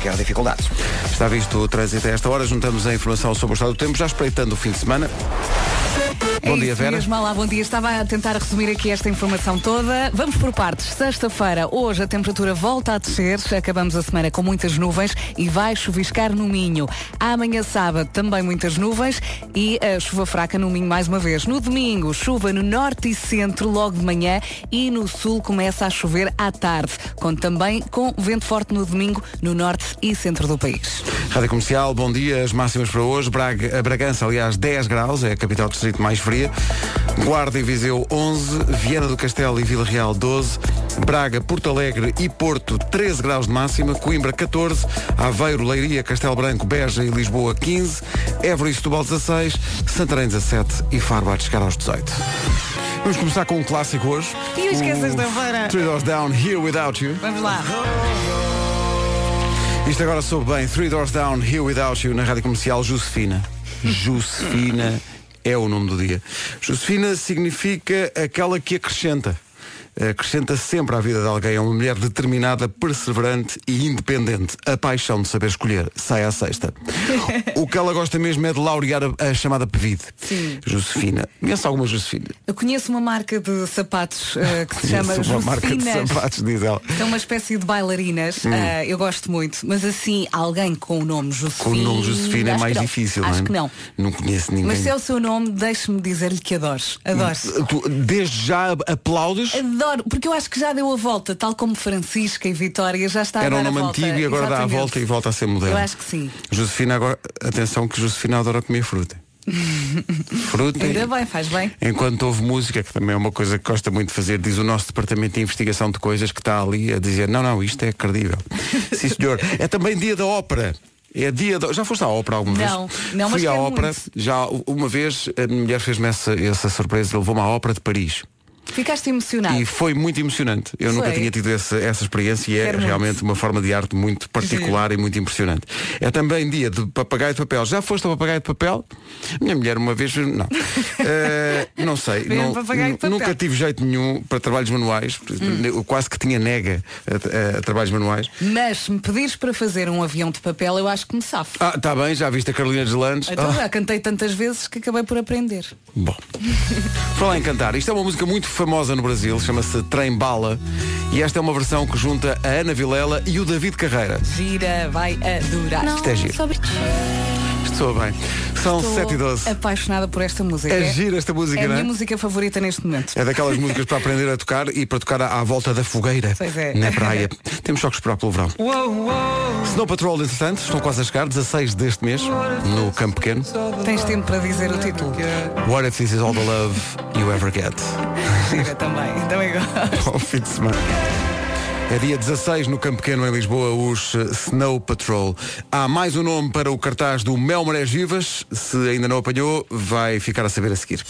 quer dificuldades. Está visto o trânsito a esta hora, juntamos a informação sobre o estado do tempo, já espreitando o fim de semana. É Bom isso dia, Vera. Mesmo. Olá, bom dia. Estava a tentar resumir aqui esta informação toda. Vamos por partes. Sexta-feira, hoje a temperatura volta a descer. Acabamos a semana com muitas nuvens e vai chuviscar no Minho. Amanhã, sábado, também muitas nuvens e a chuva fraca no Minho mais uma vez. No domingo, chuva no norte e centro logo de manhã e no sul começa a chover à tarde. Conto também com vento forte no domingo no norte e centro do país. Rádio Comercial, bom dia. As máximas para hoje. Braga, a Bragança, aliás, 10 graus, é a capital do distrito mais fria. Guarda e Viseu, 11. Viana do Castelo e Vila Real, 12. Braga, Porto Alegre e Porto, 13 graus de máxima. Coimbra, 14. Aveiro, Leiria, Castelo Branco, Beja e Lisboa, 15. Évora e Setúbal, 16. Santarém, 17. E Faro há de chegar aos 18. Vamos começar com um clássico hoje. E hoje que é O sexta-feira. Three Doors Down, Here Without You. Vamos lá. Isto agora soube bem, Three Doors Down, Here Without You, na Rádio Comercial Josefina. Josefina é o nome do dia. Josefina significa aquela que acrescenta. Acrescenta sempre à vida de alguém. É uma mulher determinada, perseverante e independente. A paixão de saber escolher. Sai à sexta. o que ela gosta mesmo é de laurear a, a chamada pevide. Sim. Josefina. Conhece alguma Josefina? Eu conheço uma marca de sapatos eh, que se chama Conheço uma marca de Josefinas. sapatos, diz ela. É uma espécie de Hum. bailarinas, ah, eu gosto muito, mas assim, alguém com o nome Com Josefina. o nome Josefina é acho mais que não. difícil, Acho não é? que não. Não conheço ninguém. Mas se é o seu nome, deixe-me dizer-lhe que adores. Adores. Tu, desde já aplaudes? Adoro, porque eu acho que já deu a volta, tal como Francisca e Vitória já está Era a um dar nome a volta. antigo e agora dá a Exatamente. volta e volta a ser moderno. Eu acho que sim. Josefina agora, atenção que Josefina adora comer fruta. fruta. Ainda bem, faz bem. Enquanto houve música, que também é uma coisa que gosta muito de fazer, diz o nosso departamento de investigação de coisas que está ali a dizer, não, não, isto é credível. Sim senhor. É também dia da ópera. É dia da... Já foste à ópera alguma Não, vez? não, mas Fui à quero ópera, muito. já uma vez a minha mulher fez-me essa, essa surpresa, levou-me à ópera de Paris. Ficaste emocionado. E foi muito emocionante. Eu nunca Foi. tinha tido essa, essa experiência e é Quero muito. realmente uma forma de arte muito particular e muito impressionante. É também dia de papagaio de papel. Já foste ao papagaio de papel? Minha mulher uma vez. Não. Eh, não sei. Ver um não- papagaio de nu- papel. Hum. nunca tive jeito nenhum para trabalhos manuais. Eu quase que tinha nega a, a- a trabalhos manuais. Mas se me pedires para fazer um avião de papel, eu acho que me safo. Ah, está bem, já viste a Carolina Deslandes. Então Ah. já cantei tantas vezes que acabei por aprender. Bom, falar em cantar. Isto é uma música muito famosa no Brasil, chama-se Trem Bala. E esta é uma versão que junta a Ana Vilela e o David Carreira. Gira, vai adorar. Isto é giro. Sobre ti. Estou bem. São Estou 7 e 12. apaixonada por esta música. É gira esta música, É a não é? minha música favorita neste momento. É daquelas músicas para aprender a tocar e para tocar à, à volta da fogueira Pois é. na praia. Temos só que esperar pelo verão. Snow Patrol, entretanto, estão quase a chegar, 16 deste mês, no Campo Pequeno. Tens tempo para dizer o título. What if this is all the love you ever get? Gira também. Então é igual. Bom fim de semana. É dia 16 no Campo Pequeno em Lisboa, os eh, Snow Patrol. Há mais um nome para o cartaz do Mel Marés Vivas. Se ainda não apanhou, vai ficar a saber a seguir.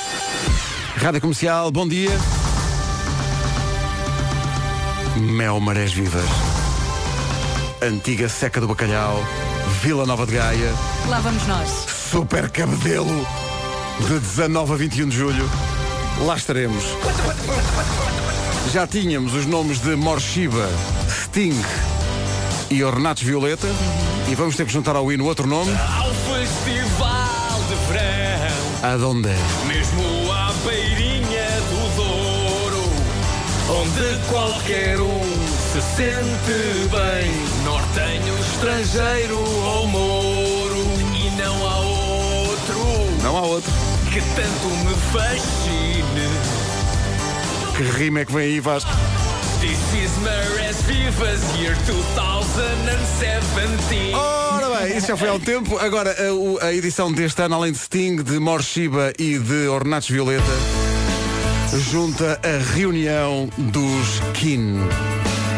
Rádio Comercial, bom dia. Mel Marés Vivas. Antiga Seca do Bacalhau, Vila Nova de Gaia, Lá vamos nós. Super Cabedelo, de 19 a 21 de julho. Lá estaremos. Já tínhamos os nomes de Morshiba, Sting e Ornatos Violeta. E vamos ter que juntar ao hino outro nome. Ao festival de verão, Adonde? mesmo à beirinha do Douro, onde qualquer um se sente bem, nortenho, estrangeiro ou mouro, e não há outro Não há outro. que tanto me fascine. Que rima é que vem aí, Vasco? This is Mares Vivas, year 2017. Ora bem, isso já foi há um tempo. Agora, a, o- a edição deste ano, além de Sting, de Morshiba e de Ornatos Violeta, junta a reunião dos Kin.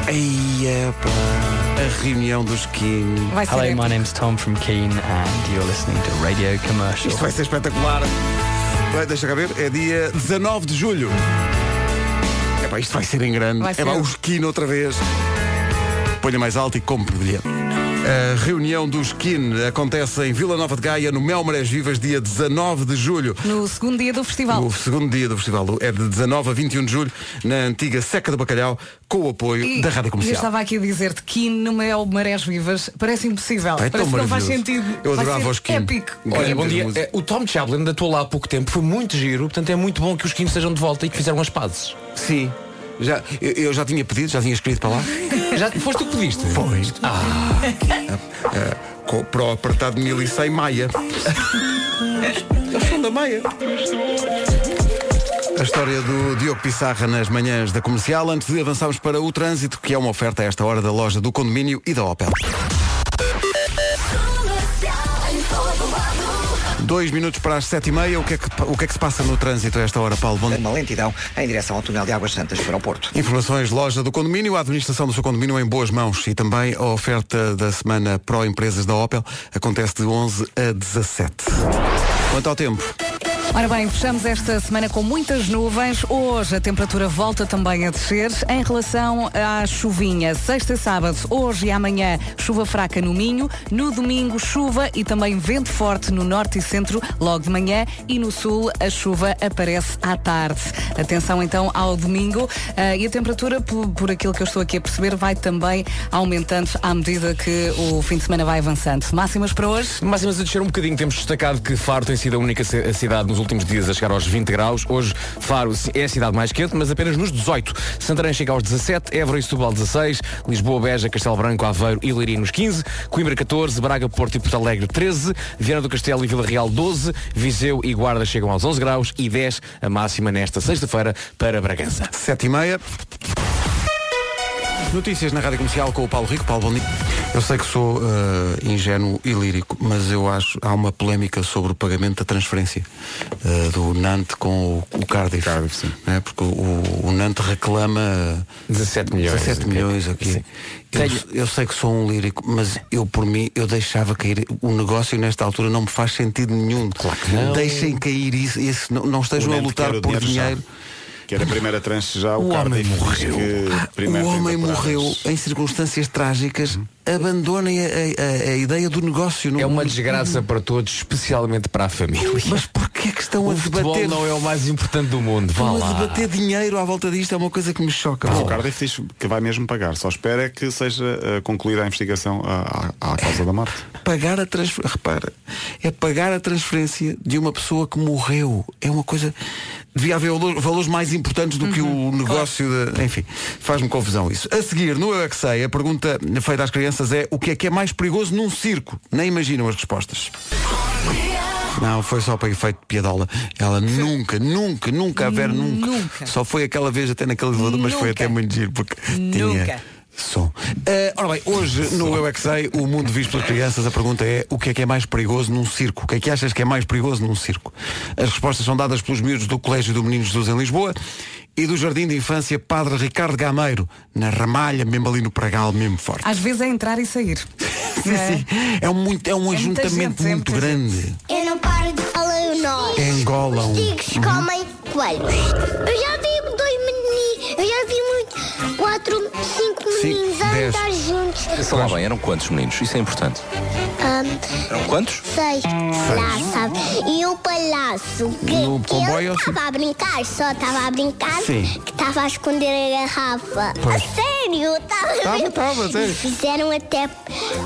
Eia, pá. A reunião dos Kin. Vai ser. Hello, épico. my name's Tom from Keene, uh, and you're listening to Radio Commercial. Isto vai ser espetacular. Bem, deixa cá ver, é dia 19 de julho. Epá, isto vai ser em grande. É Vai Epá, ser. o esquino outra vez. Ponha mais alto e compre bilhete. A reunião do Skin acontece em Vila Nova de Gaia, no Mel Marés Vivas, dia 19 de julho. No segundo dia do festival. O segundo dia do festival é de 19 a 21 de julho, na antiga Seca do Bacalhau, com o apoio da Rádio Eu Comercial. estava aqui a dizer-te que no Mel Marés Vivas parece impossível. É tão parece que não faz maravilhoso. sentido. Eu Vai adorava ser o Skin. Épico. Olha, Olha, bom muitas dia. músicas. Eh, O Tom Chaplin atuou lá há pouco tempo, foi muito giro, portanto é muito bom que os 15 estejam de volta e que fizeram as pazes. É, Sim. Já, eu, eu já tinha pedido, já tinha escrito para lá. Já foste tu que pediste? Pois. Eh, Co- para o apertado 1100 Maia. Eles são É da Maia. A história do Diogo Pissarra nas manhãs da comercial, antes de avançarmos para o trânsito, que é uma oferta a esta hora da loja do condomínio e da Opel. Dois minutos para as sete e meia, o que, é que, o que é que se passa no trânsito a esta hora, Paulo? Bom dia. é Uma lentidão em direção ao túnel de Águas Santas para o Porto. Informações loja do condomínio, a administração do seu condomínio em boas mãos e também a oferta da semana Pro Empresas da Opel acontece de 11 a 17. Quanto ao tempo, Ora bem, fechamos esta semana com muitas nuvens. Hoje a temperatura volta também a descer. Em relação à chuvinha, sexta e sábado, hoje e amanhã, chuva fraca no Minho. No domingo, chuva e também vento forte no norte e centro, logo de manhã. E no sul, a chuva aparece à tarde. Atenção então ao domingo. Ah, e a temperatura, por, por aquilo que eu estou aqui a perceber, vai também aumentando à medida que o fim de semana vai avançando. Máximas para hoje? Máximas a descer um bocadinho, temos destacado que Faro tem sido a única ci- a cidade nos últimos dias a chegar aos 20 graus. Hoje Faro si- é a cidade mais quente, mas apenas nos 18. Santarém chega aos 17, Évora e Setúbal 16, Lisboa, Beja, Castelo Branco, Aveiro e Leiria nos 15, Coimbra 14, Braga, Porto e Porto Alegre 13, Viana do Castelo e Vila Real 12, Viseu e Guarda chegam aos 11 graus e 10 a máxima nesta sexta-feira para Bragança. 7 e meia. Notícias na Rádio Comercial com o Paulo Rico. Paulo, bom dia. Eu sei que sou eh, ingênuo e lírico, mas eu acho há uma polémica sobre o pagamento da transferência eh, do Nantes com o, o Cardiff. Cardiff, sim. Né? Porque o, o Nantes reclama 17 milhões. 17 milhões aqui. Sim. Eu, Tenho- eu sei que sou um lírico, mas eu por mim eu deixava cair o negócio nesta altura não me faz sentido nenhum. Claro que não. Deixem cair isso, isso não, não O estejam a Nantes lutar quer o por dinheiro já. dinheiro. Quer a primeira tranche já, o, O homem Cardiff diz morreu. Ah, que O primeiro tem homem temporadas. morreu em circunstâncias trágicas. Abandonem a, a- a ideia do negócio. Não- É uma desgraça para todos, especialmente para a família. Mas porquê é que estão a O futebol debater? não é o mais importante do mundo. Vá Estão a lá. debater dinheiro à volta disto é uma coisa que me choca. O Cardiff diz que vai mesmo pagar, só espera é que seja eh, concluída a investigação à, à- à causa da morte. pagar a transferência. Repara, é pagar a transferência de uma pessoa que morreu. É uma coisa. Devia haver valor- valores mais importantes do que Uhum. o negócio. de- Enfim, faz-me confusão isso. A seguir, no Eu é que Sei, a pergunta feita às crianças é o que é que é mais perigoso num circo? Nem imaginam as respostas. Não, foi só para efeito de piadola. Ela nunca, nunca, nunca haver nunca. Nunca. Só foi aquela vez até naquele elevador, mas foi Nunca. até muito giro porque tinha Nunca. som. Eh, ora bem, hoje no Eu é que Sei, o mundo visto pelas crianças, a pergunta é o que é que é mais perigoso num circo? O que é que achas que é mais perigoso num circo? As respostas são dadas pelos miúdos do Colégio do Menino Jesus em Lisboa e do Jardim de Infância Padre Ricardo Gameiro, na Ramalha, mesmo ali no Pragal, mesmo forte. Às vezes é entrar e sair. Sim, Não é? sim. É um, muito- é um É muita ajuntamento gente, é muito muita grande. Eu não paro de falar o nome. Engolam. Os tigres comem coelhos. Eu já vi dois meninos, eu já vi muito, quatro, cinco Sim, meninos a dez. andar juntos. Sei lá bem, eram quantos meninos? Isso é importante. Ahm, Eram quantos? Hum, seis. Lá, sabe? E o palhaço que, No que comboio, assim. ele estava a brincar, só estava a brincar, Sim. que estava a esconder a garrafa. Pois. A sério, estava Tava, mesmo. tava, a sério. E Fizeram até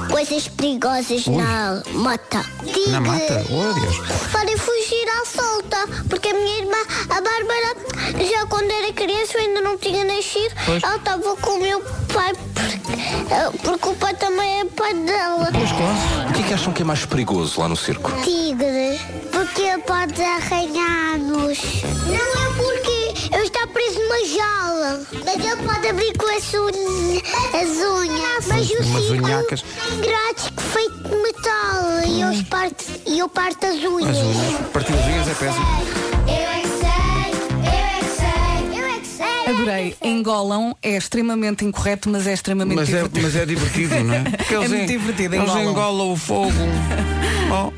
coisas perigosas na mata. Tigre. Na mata? Oh, Deus. Para fugir à solta, porque a minha irmã, a Bárbara, já quando era criança, eu ainda não tinha nascido, ela estava com o meu pai, porque, eh, porque o pai também é pai dela. O que é que acham que é mais perigoso lá no circo? Tigre, porque ele pode arranhar-nos. Não é porque eu estou preso numa jaula, mas ele pode abrir com as, unhas. as unhas. Mas o umas circo unhacas. Hum. tem grades que feito de metal e eu parto, e eu parto as As unhas. unhas, partir as unhas é péssimo. Eu é que sei, eu é que sei, eu é que sei. Adorei. Engolam é extremamente incorreto, mas é extremamente Mas é, divertido. mas é divertido, não é? Porque É eles muito en- divertido, Eles engolam. engolam o fogo. Oh,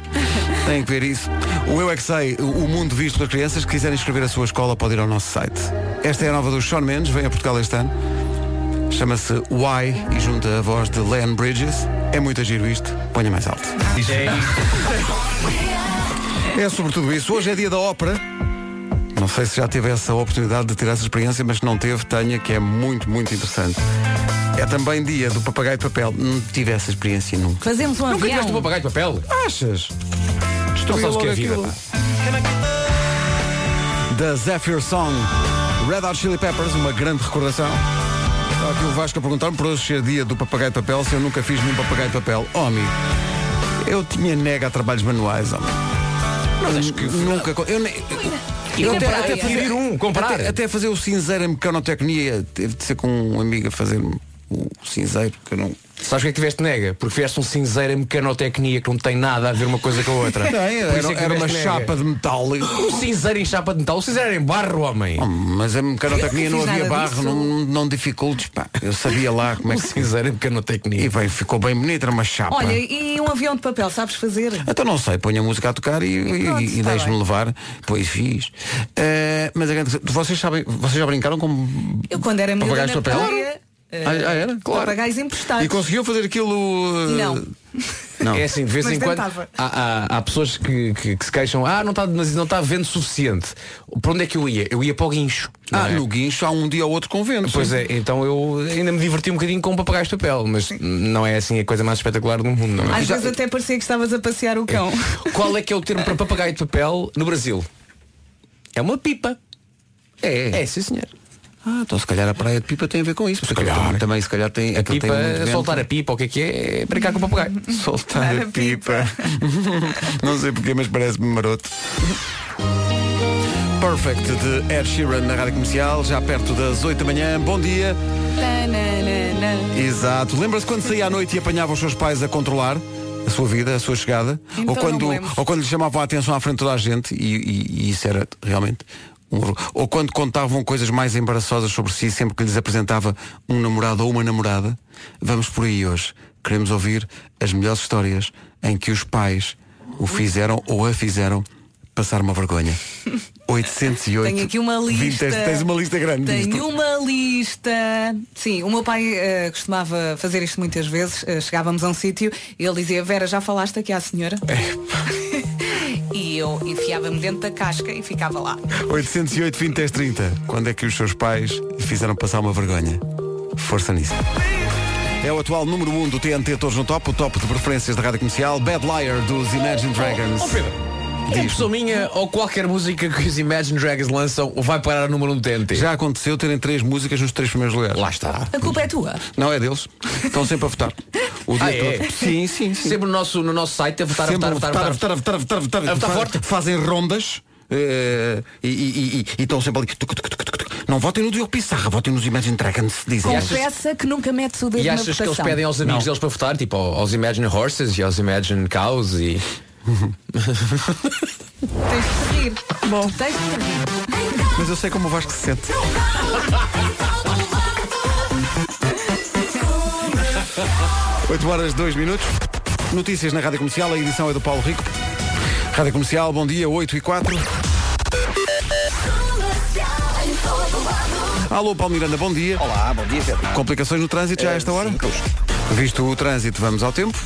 tem que ver isso. O Eu É Que Sei, o mundo visto pelas crianças, que quiserem escrever a sua escola, pode ir ao nosso site. Esta é a nova do Sean Mendes, vem a Portugal este ano. Chama-se Why e junta a voz de Len Bridges. É muito giro isto. Ponha mais alto. É sobre tudo isso. Hoje é dia da ópera. Não sei se já teve essa oportunidade de ter essa experiência, mas se não teve, tenha, que é muito, muito interessante. É também dia do papagaio de papel. Não tive essa experiência nunca. Fazemos um Nunca tiveste um avião. papagaio de papel? Achas? Não sabes o que é logo vida. aquilo. da Zephyr Song Red Hot Chili Peppers, uma grande recordação. Está aqui o Vasco a perguntar-me por hoje ser dia do papagaio de papel, se eu nunca fiz nenhum papagaio de papel. Homem, eu tinha nega a trabalhos manuais, homem. Mas acho que nunca. co- Eu, nem- eu até, até fazer, Ir um, comprar. Até, até fazer o cinzeiro em mecanotecnia, teve de ser com um amigo a fazer o cinzeiro, que eu não. Sabes o que é que tiveste nega? Porque fizeste um cinzeiro em mecanotecnia que não tem nada a ver uma coisa com a outra. Não, Por isso é era, que era uma tiveste nega. chapa de metal. Um cinzeiro em chapa de metal, um cinzeiro em barro, homem. Oh, Mas a mecanotecnia Eu não não fiz havia nada barro, disso. não, não dificultes, pá. Eu sabia lá como é Um que cinzeiro em mecanotecnia. E bem, ficou bem bonita, era uma chapa. Olha, e um avião de papel, sabes fazer? Então não sei, ponho a música a tocar e, e, pronto, e está deixo-me bem. levar. Pois fiz. Eh, mas a grande- vocês sabem, vocês já brincaram com Eu quando era miúda papagaios na de papel? praia, eh, Ah, ah, era? Claro. papagaios emprestados. E conseguiu fazer aquilo. eh, Não. Não. É assim, de vez Mas em quando há, tentava. há- há pessoas que, que- que se queixam, ah, não está não tá vendo suficiente. Para onde é que eu ia? Eu ia para o guincho. não Ah, é? no guincho há um dia ou outro convento. Pois é, então eu ainda me diverti um bocadinho com papagaios de papel, mas não é assim a coisa mais espetacular do mundo. Não é? Às vezes até parecia que estavas a passear o cão. Qual é que é o termo para papagaio de papel no Brasil? É uma pipa. É. É, sim senhor. Ah, então se calhar a praia de pipa tem a ver com isso. porque calhar. Também, também se calhar tem. aquilo Pipa, tem muito vento. soltar a pipa, o que é que é? É brincar com o papagaio. Soltar a pipa. Não sei porquê, mas parece-me maroto. Perfect de Ed Sheeran na Rádio Comercial, já perto das 8 da manhã. Bom dia. Tananana. Exato. Lembra-se quando saía à noite e apanhava os seus pais a controlar a sua vida, a sua chegada? Então ou, quando, não me lembro. ou quando lhe chamavam a atenção à frente de toda a gente, e, e- e isso era realmente um horror. Ou quando contavam coisas mais embaraçosas sobre si, sempre que lhes apresentava um namorado ou uma namorada. Vamos por aí hoje. Queremos ouvir as melhores histórias em que os pais o fizeram ou a fizeram passar uma vergonha. 808. Tenho aqui uma 20, lista. tens uma lista grande. disto. Tenho uma lista. Sim, o meu pai eh, costumava fazer isto muitas vezes. Eh, chegávamos a um sítio e ele dizia, Vera, já falaste aqui à senhora? É. e eu enfiava-me dentro da casca e ficava lá. 808 20 10 30. Quando é que os seus pais lhe fizeram passar uma vergonha? Força nisso. É o atual número 1 um do TNT Todos no Top, o top de preferências da rádio comercial, Bad Liar dos Imagine Dragons. Oh, Pedro, é pessoa minha ou qualquer música que os Imagine Dragons lançam vai parar no número um do TNT? Já aconteceu terem três músicas nos três primeiros lugares. Lá está. A culpa é tua. Não é deles. Estão sempre a votar. O dia Ah, é? todo. Sim, sim, sim. Sempre no nosso, no nosso site a votar, a Sempre votar, a votar, a votar. a votar, a votar, a votar, A votar Faz- forte. Fazem rondas eh, e- e e- e- e estão sempre ali. Tuc, tuc, tuc, tuc, tuc. Não votem no Diogo Pissarra, votem nos Imagine Dragons, dizem. Confessa É que nunca metes o dedo E na achas que eles votação. pedem aos amigos deles para votar, tipo ao- aos Imagine Horses e aos Imagine Cows e. Tens de rir. Bom. Tens de rir. Mas eu sei como o Vasco se sente. Oito horas, dois minutos. Notícias na Rádio Comercial, a edição é do Paulo Rico. Rádio Comercial, bom dia, 8 e 4. Alô, Paulo Miranda, bom dia. Olá, bom dia, Pedro. Complicações no trânsito já a esta hora? É, Visto o trânsito, vamos ao tempo.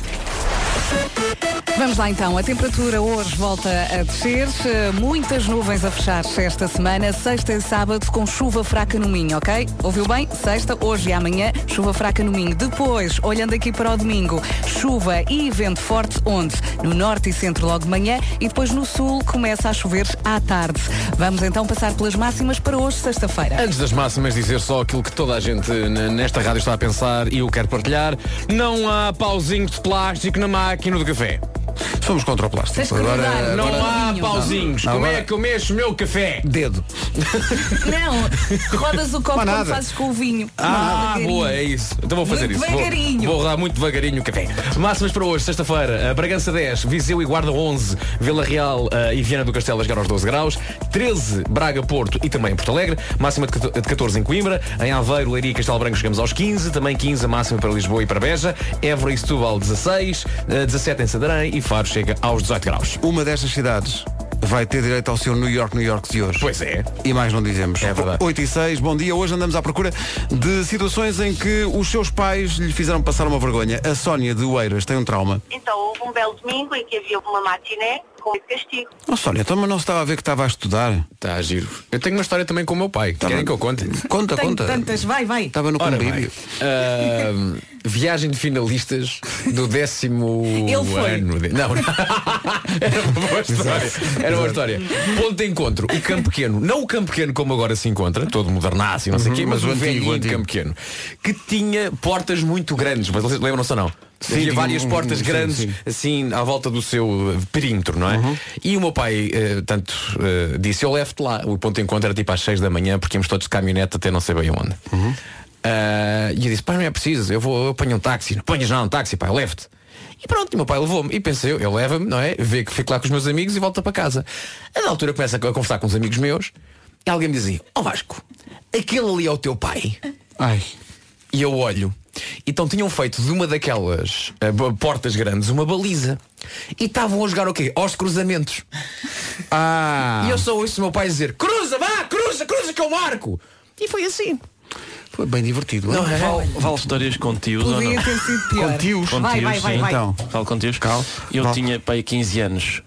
Vamos lá então, a temperatura hoje volta a descer, eh, muitas nuvens a fechar esta semana, sexta e sábado com chuva fraca no Minho, ok? Ouviu bem? Sexta, hoje e amanhã, chuva fraca no Minho. Depois, olhando aqui para o domingo, chuva e vento forte onde? No norte e centro logo de manhã e depois no sul começa a chover à tarde. Vamos então passar pelas máximas para hoje, sexta-feira. Antes das máximas, dizer só aquilo que toda a gente n- nesta rádio está a pensar e eu quero partilhar. Não há pauzinhos de plástico na máquina do café. Somos contra o plástico. Tens que mudar. é Não Agora- há Pauzinho. pauzinhos. Não, Como agora- é que eu mexo o meu café? dedo. Não, rodas o copo Não há como nada. fazes com o vinho. Ah, Devagarinho. boa, é isso. Então vou fazer Muito isso. Vou- devagarinho. Vou, rodar muito devagarinho o café. Máximas para hoje, sexta-feira. eh, Bragança 10, Viseu e Guarda 11, Vila Real eh, e Viana do Castelo a chegar aos 12 graus, 13, Braga, Porto e também Porto Alegre, máxima de 14 de 14 em Coimbra, em Aveiro, Leiria e Castelo Branco chegamos aos 15, também 15 a máxima para Lisboa e para Beja, Évora e Setúbal 16, eh, 17 em Santarém e Faro chega aos 18 graus. Uma destas cidades vai ter direito ao seu New York, New York de hoje. Pois é. E mais não dizemos. É verdade. 8 e 6, bom dia. Hoje andamos à procura de situações em que os seus pais lhe fizeram passar uma vergonha. A Sónia de Oeiras tem um trauma. Então houve um belo domingo em que havia uma matiné com esse castigo. Oh, Sónia, então mas não se estava a ver que estava a estudar. Está a Tá giro. Eu tenho uma história também com o meu pai. Querem que eu conte? Conta, Tenho conta. Tá tantas, vai, vai. Estava no Ora convívio. bem, ahm, viagem de finalistas do décimo Ele foi. ano. de- Não, não. era uma boa história. Era uma história. Ponto de encontro, o campo pequeno. Não o campo pequeno como agora se encontra, todo modernaço e não sei o Uhum. quê, mas o antigo, antigo. campo pequeno, que tinha portas muito grandes, mas vocês lembram-se ou não? Sim, Havia tinha várias um- portas sim, grandes sim. Uhum. assim à volta do seu uh, perímetro, não é? E o meu pai, eh, tanto eh, disse, eu levo-te lá. O ponto de encontro era tipo às 6 da manhã, porque íamos todos de caminhonete até não sei bem aonde. Uhum. Ah, e eu disse, pai, não é preciso, eu vou eu apanho um táxi. Não apanhas não um táxi, pai, levo-te. E pronto, e meu pai levou-me. E pensei, eu, eu levo-me, não é? Vê que fico lá com os meus amigos e volta para casa. A da altura começa a conversar com uns amigos meus e alguém me dizia, ó Vasco, aquele ali é o teu pai. Ai. E eu olho. Então tinham feito de uma daquelas eh, ba- portas grandes uma baliza. E estavam a jogar o quê? Aos cruzamentos. Ah. E eu só ouço o meu pai dizer, cruza, vá, cruza, cruza que eu marco. E foi assim. Foi bem divertido. Não, é? é? Vale, vale histórias com tios ou não? Podia ter sido pior. Com tios? Com vai, tios, vai, vai, sim. vai. Então. Falo com tios. Cal. Eu Val. tinha pai 15 anos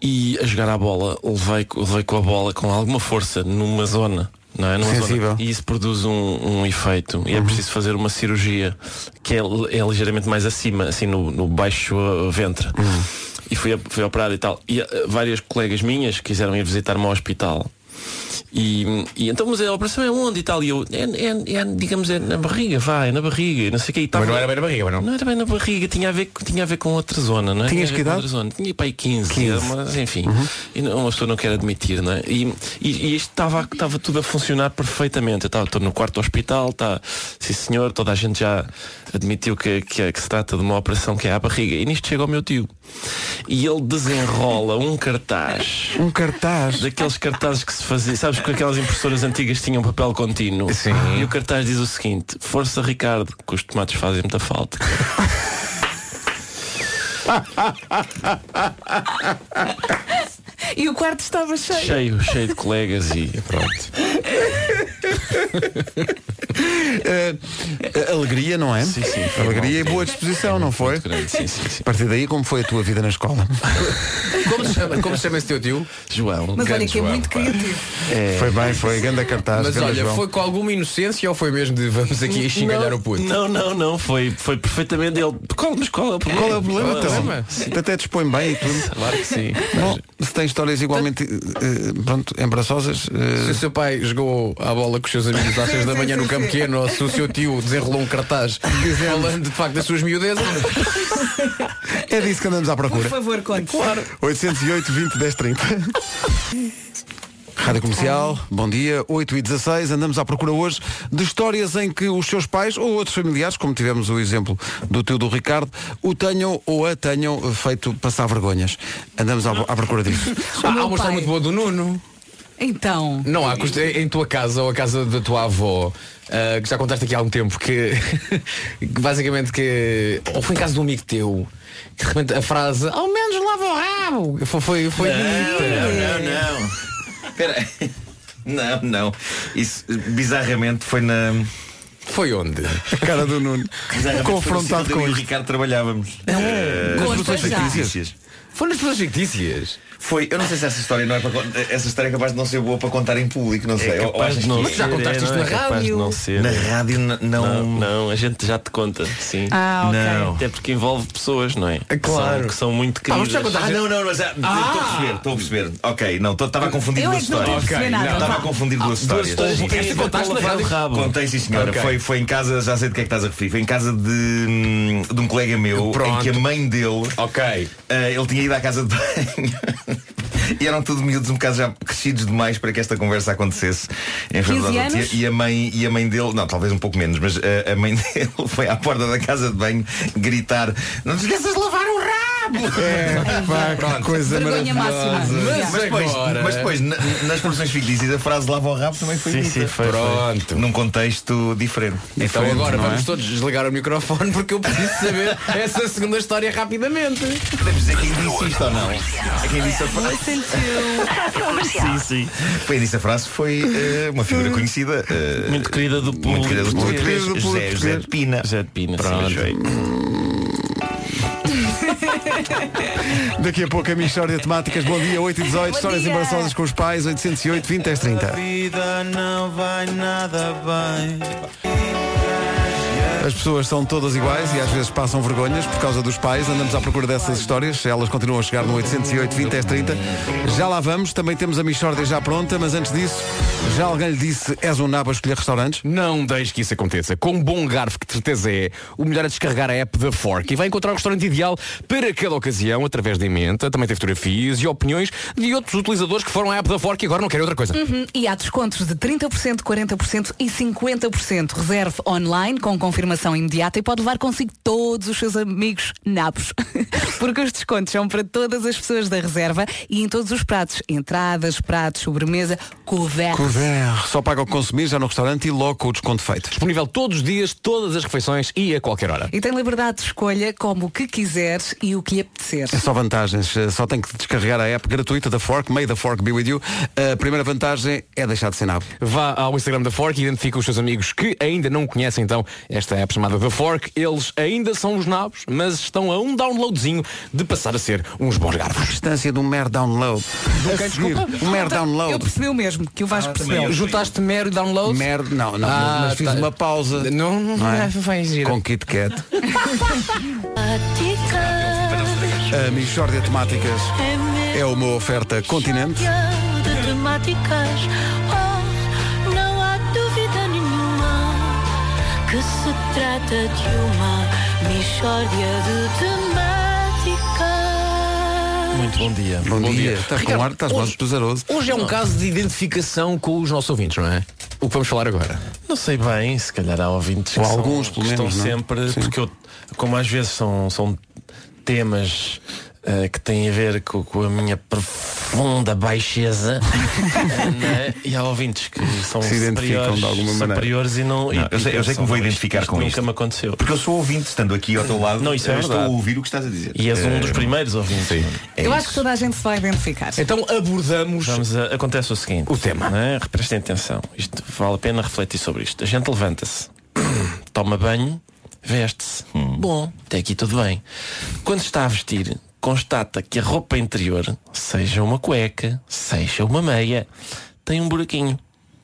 e a jogar à bola, levei, co- levei com a bola com alguma força numa zona. Não é? Numa Sensível. Uhum. Zona. E isso produz um, um efeito. E é preciso fazer uma cirurgia que é, é ligeiramente mais acima, assim no, no baixo uh, ventre. Uhum. E fui, a- fui operado e tal. E uh, várias colegas minhas quiseram ir visitar-me ao hospital. E, e então, mas a operação é onde e tal? E eu, é, é- é, digamos, é na barriga, vai, é na barriga, e não sei o que. Mas não era bem na barriga, mas não. Não era bem na barriga, tinha a ver, com- tinha a ver com outra zona, não é? Tinhas Tinha que a ver com idade? Uhum. outra zona. Tinha pai 15, mas enfim. E não, uma pessoa não quer admitir, não é? E, e, e isto estava estava tudo a funcionar perfeitamente. Eu estava- Estou no quarto do hospital, está, sim senhor, toda a gente já admitiu que, que, que se trata de uma operação que é à barriga. E nisto chega o meu tio. E ele desenrola um cartaz. Um cartaz. Daqueles cartazes que se fazia, sabes que aquelas impressoras antigas tinham papel contínuo. Sim. E o cartaz diz o seguinte: Força Ricardo, que os tomates fazem muita falta. E o quarto estava cheio. Cheio, cheio de colegas e pronto. Ah, alegria, não é? Sim, sim, foi Alegria e bom. boa disposição, não foi? É, Grande, sim, sim, sim. A partir daí, como foi a tua vida na escola? Como se chama, como se chama esse teu tio? João, Mas olha Um Grande que é João, muito pá. criativo. É. Foi bem, foi grande cartaz. Mas grande olha, João. foi com alguma inocência ou foi mesmo de vamos aqui xingalhar não, o puto? Não, não, não, foi, foi perfeitamente ele. Qual, mas qual é o problema? Qual é o problema, Qual é o então? problema? Te Até dispõe bem e tudo. Claro que sim. Bom, se tem histórias igualmente eh, pronto, embaraçosas, Se eh, o seu pai jogou a bola com os seus amigos às 6 da manhã no campo pequeno ou se o seu tio desenrolou um cartaz falando de facto das suas miudezas, é disso que andamos à Por procura. favor, conte. 808 20 10 30. Rádio Comercial, bom dia, 8 e 16, andamos à procura hoje de histórias em que os seus pais ou outros familiares, como tivemos o exemplo do teu do Ricardo, o tenham ou a tenham feito passar vergonhas. Andamos à, à procura disso. há, Ah, há meu uma história pai. muito boa do Nuno. Então. Não há, custa- em tua casa ou a casa da tua avó, ah, que já contaste aqui há um tempo, que, que basicamente que. Ou foi em casa de um amigo teu, que de repente a frase ao menos lava o rabo foi, foi, foi bonita. não, não. Espera aí. Não, não. Isso eh, bizarramente foi na. Foi onde? A cara do Nuno, bizarramente foi no confrontado sítio onde com eu e o isto. Ricardo trabalhávamos. Eh, Conta produções já. fictícias. Foi nas pessoas fictícias. Foi, eu não sei se essa história não é para con- Essa história é capaz de não ser boa para contar em público, não sei. É Ou- ou capaz achas de não que ser, já contaste é, isto não na é capaz de rádio? não ser. é? Na rádio n- Não, não. não, a gente já te conta, sim. Ah, ok. Não. Até porque envolve pessoas, não é? É claro. Que são, que são muito Pá, mas queridas. já contaste- Ah, não, não, mas já. Estou a perceber, estou a perceber. Ok, não, estava a confundir Eu é duas que não estou a histórias. perceber nada. Estava a confundir Ah, duas histórias. Esta contaste na é rádio? Contei sim senhora, Ok. foi, foi em casa, já sei do que é que estás a referir, foi em casa de, hum, de um colega meu Pronto. em que a mãe dele, Ok. ah, ele tinha ido à casa de banho e eram tudo miúdos um bocado já crescidos demais para que esta conversa acontecesse em frente 15 aos outros. anos? E, e a mãe, e a mãe dele, não, talvez um pouco menos, mas ah, a mãe dele foi à porta da casa de banho gritar, não te esqueças de lavar o rabo! diabo! É, pá, que coisa Vergonha maravilhosa. máxima. Mas, Mas depois, agora- mas depois, na- nas produções fictícias, a frase lava o rabo também foi Sim, dita. sim, foi, Pronto. Num contexto diferente. Então Diferente, agora não vamos é? todos desligar o microfone porque eu preciso saber essa segunda história rapidamente. Podemos dizer quem disse isto ou não? É quem disse a frase. Sim, sim. Quem disse a frase foi eh, uma figura conhecida. eh, Muito querida do público. muito querida do público português, português, José- José de Pina. José de Pina. Pronto. sim, achei. Daqui a pouco a minha história de temáticas. Bom dia, 8 e 18. Histórias embaraçosas com os pais, 808, 20, 10, 30. vida não vai nada bem. As pessoas são todas iguais e às vezes passam vergonhas por causa dos pais. Andamos à procura dessas histórias. Elas continuam a chegar no 808 20 10 30. Já lá vamos. Também temos a Michórdia já pronta, mas antes disso, já alguém lhe disse és um nabo a escolher restaurantes? Não deixe que isso aconteça. Com um bom garfo, que de certeza é, o melhor é descarregar a app da Fork e vai encontrar o restaurante ideal para cada ocasião, através da emenda. Também tem fotografias e opiniões de outros utilizadores que foram à app da Fork e agora não querem outra coisa. Uhum. E há descontos de 30%, 40% e 50%. Reserve online com confirmação imediata e pode levar consigo todos os seus amigos nabos. Porque os descontos são para todas as pessoas da reserva e em todos os pratos. Entradas, pratos, sobremesa, couvert. Couvert. Só paga o que consumir já no restaurante e logo com o desconto feito. Disponível todos os dias, todas as refeições e a qualquer hora. E tem liberdade de escolha como o que quiseres e o que lhe apetecer. É só vantagens, Eh, só tem que descarregar a app gratuita da Fork, May the Fork Be With You. A primeira vantagem é deixar de ser nabo. Vá ao Instagram da Fork e identifique os seus amigos que ainda não conhecem então esta app chamada The Fork. Eles ainda são os nabos, mas estão a um downloadzinho de passar a ser uns bons garfos. Distância de um mere download. A é seguir, um mere Eu download. percebi o mesmo, que o Vasco percebeu. Juntaste mero e download? Mer, não, não, Ah, mas fiz tá. uma pausa. Não, não, Não é? vai gira. Com Kit Kat. A Michórdia de Temáticas é uma oferta continente. de temáticas. Oh, não há dúvida nenhuma que se trata de uma mistória de temáticas. Muito bom dia. Bom, dia. Estás com Ricardo, ar, estás hoje- mais pesaroso. Hoje é um caso de identificação com os nossos ouvintes, não é? O que vamos falar agora. Não sei bem, se calhar há ouvintes que, Ou são- alguns, pelo que estão menos, não é? sempre, porque eu, como às vezes são, são temas eh, que têm a ver co- com, a minha profunda baixeza, né? e há ouvintes que são Se identificam superiores, de alguma maneira. superiores e não. e- Não, eu e sei- eu sei que pensam, me vou "Isto- identificar isto com nunca isto." me aconteceu. Porque eu sou ouvinte, estando aqui ao teu lado, Não, isso é eu estou a verdade. ouvir o que estás a dizer. E és um dos Eh, primeiros ouvintes. Sim. É Eu isso. acho que toda a gente se vai identificar. Então abordamos. Vamos a- acontece o seguinte. O tema. Né? Prestem atenção. Isto vale a pena refletir sobre isto. A gente levanta-se, toma banho, veste-se. Bom, até aqui tudo bem. Quando está a vestir, constata que a roupa interior, seja uma cueca, seja uma meia, tem um buraquinho.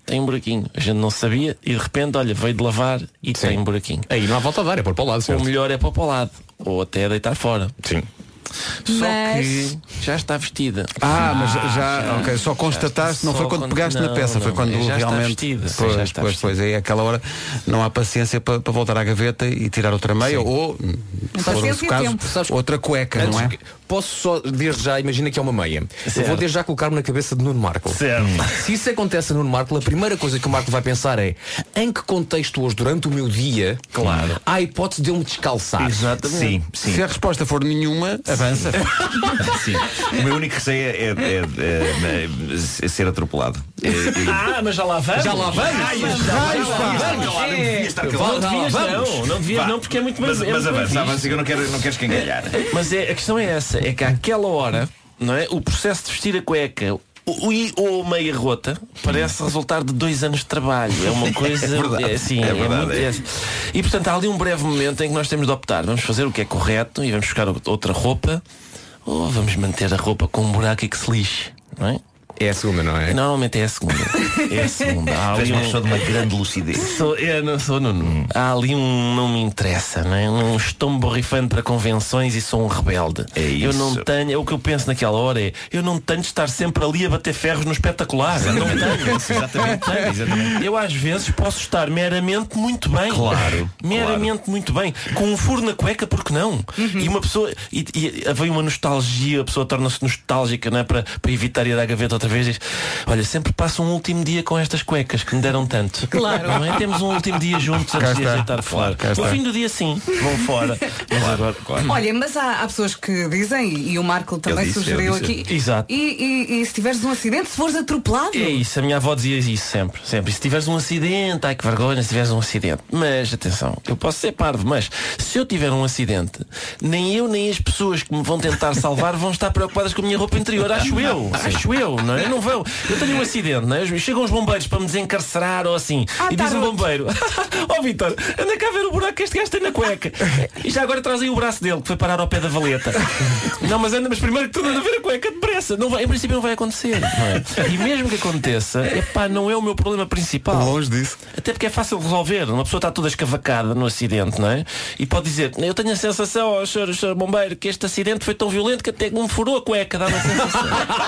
Tem um buraquinho. A gente não sabia e de repente, olha, veio de lavar e tem um buraquinho. Aí não há volta a dar, é pôr para o lado, Ou certo? melhor é para o lado. Ou até deitar fora. Sim. Só Mas- que já está vestida. Ah, mas já, ok, só constataste, não Só foi quando, quando- pegaste na não, peça, foi não, quando já está realmente. vestido, sim, pois, já está pois, vestido. pois, aí àquela hora não há paciência para voltar à gaveta e tirar outra meia ou, hum, se for paciência o e caso, tempo, sabes? outra cueca, não é? Antes que- Posso só, desde já, imagina que é uma meia. Eu vou Certo. desde já colocar-me na cabeça de Nuno Marco. Certo. Se isso acontece a Nuno Marco, a primeira coisa que o Marco vai pensar é em que contexto hoje, durante o meu dia, Claro. há a hipótese de eu me descalçar. Exatamente. Sim, sim. Se a resposta for nenhuma, avança. Sim. O meu único receio é, é- é- é- é ser atropelado. É, é- Ah, mas já lá vamos. Já lá vamos? Claro, não devias estar calado. É. Não devias não, vamos. não devias Vá. não, porque é muito Mas, mais. é mas muito avança, bem avança que eu não quero, não quero escangalhar. visto. Mas é, a questão é essa, é que àquela hora, não é? O processo de vestir a cueca o- o- e ou a meia rota parece resultar de dois anos de trabalho. É uma coisa É verdade. assim, É verdade, muito- é. é assim. E portanto há ali um breve momento em que nós temos de optar. Vamos fazer o que é correto e vamos buscar o- outra roupa ou vamos manter a roupa com um buraco e que se lixe, não é? É a segunda, não é? Normalmente é a segunda. É a segunda. Há Tu és ali uma um- pessoa de uma grande lucidez. Sou, eu não sou Nuno. Há ali um não me interessa, não é? Um estou-me borrifando para convenções e sou um rebelde. É Eu isso. não tenho, é o que eu penso naquela hora é, eu não tenho de estar sempre ali a bater ferros no espetacular. Eu Não Exatamente, tenho. exatamente, Não tenho. exatamente. Eu às vezes posso estar meramente muito bem. Claro, Meramente muito bem. Com um furo na cueca, porque não? E uma pessoa. E, e vem uma nostalgia, a pessoa torna-se nostálgica, não é? Para, para evitar ir à gaveta outra outra vez diz, olha, sempre passo um último dia com estas cuecas que me deram tanto. Claro. Não é? Temos um último dia juntos Cá antes de está. ajeitar fora. Cá No está. fim do dia sim, vão fora. Mas agora, Olha, mas há, há pessoas que dizem, e o Marco também disse, sugeriu eu disse. aqui. Exato. E, e- e se tiveres um acidente, se fores atropelado. É isso, a minha avó dizia isso sempre, sempre. E se tiveres um acidente, ai que vergonha se tiveres um acidente. Mas atenção, eu posso ser parvo, mas se eu tiver um acidente, nem eu nem as pessoas que me vão tentar salvar vão estar preocupadas com a minha roupa interior. Acho eu, Sim. acho eu, não é? Não vão. Eu tenho um acidente, não é? Chegam os bombeiros para me desencarcerar ou assim. Ah, e tá diz um no- bombeiro, ó Vitor, anda cá ver o buraco que este gajo tem na cueca. E já agora trazem o braço dele, que foi parar ao pé da valeta. Não, mas anda, mas primeiro que tudo anda a ver a cueca depressa. Não vai, em princípio não vai acontecer. não é? E mesmo que aconteça, epá, não é o meu problema principal. Longe disso. Até porque é fácil resolver. Uma pessoa está toda escavacada no acidente, não é? E pode dizer, eu tenho a sensação, ó senhor, senhor bombeiro, que este acidente foi tão violento que até me furou a cueca, dá-me a sensação.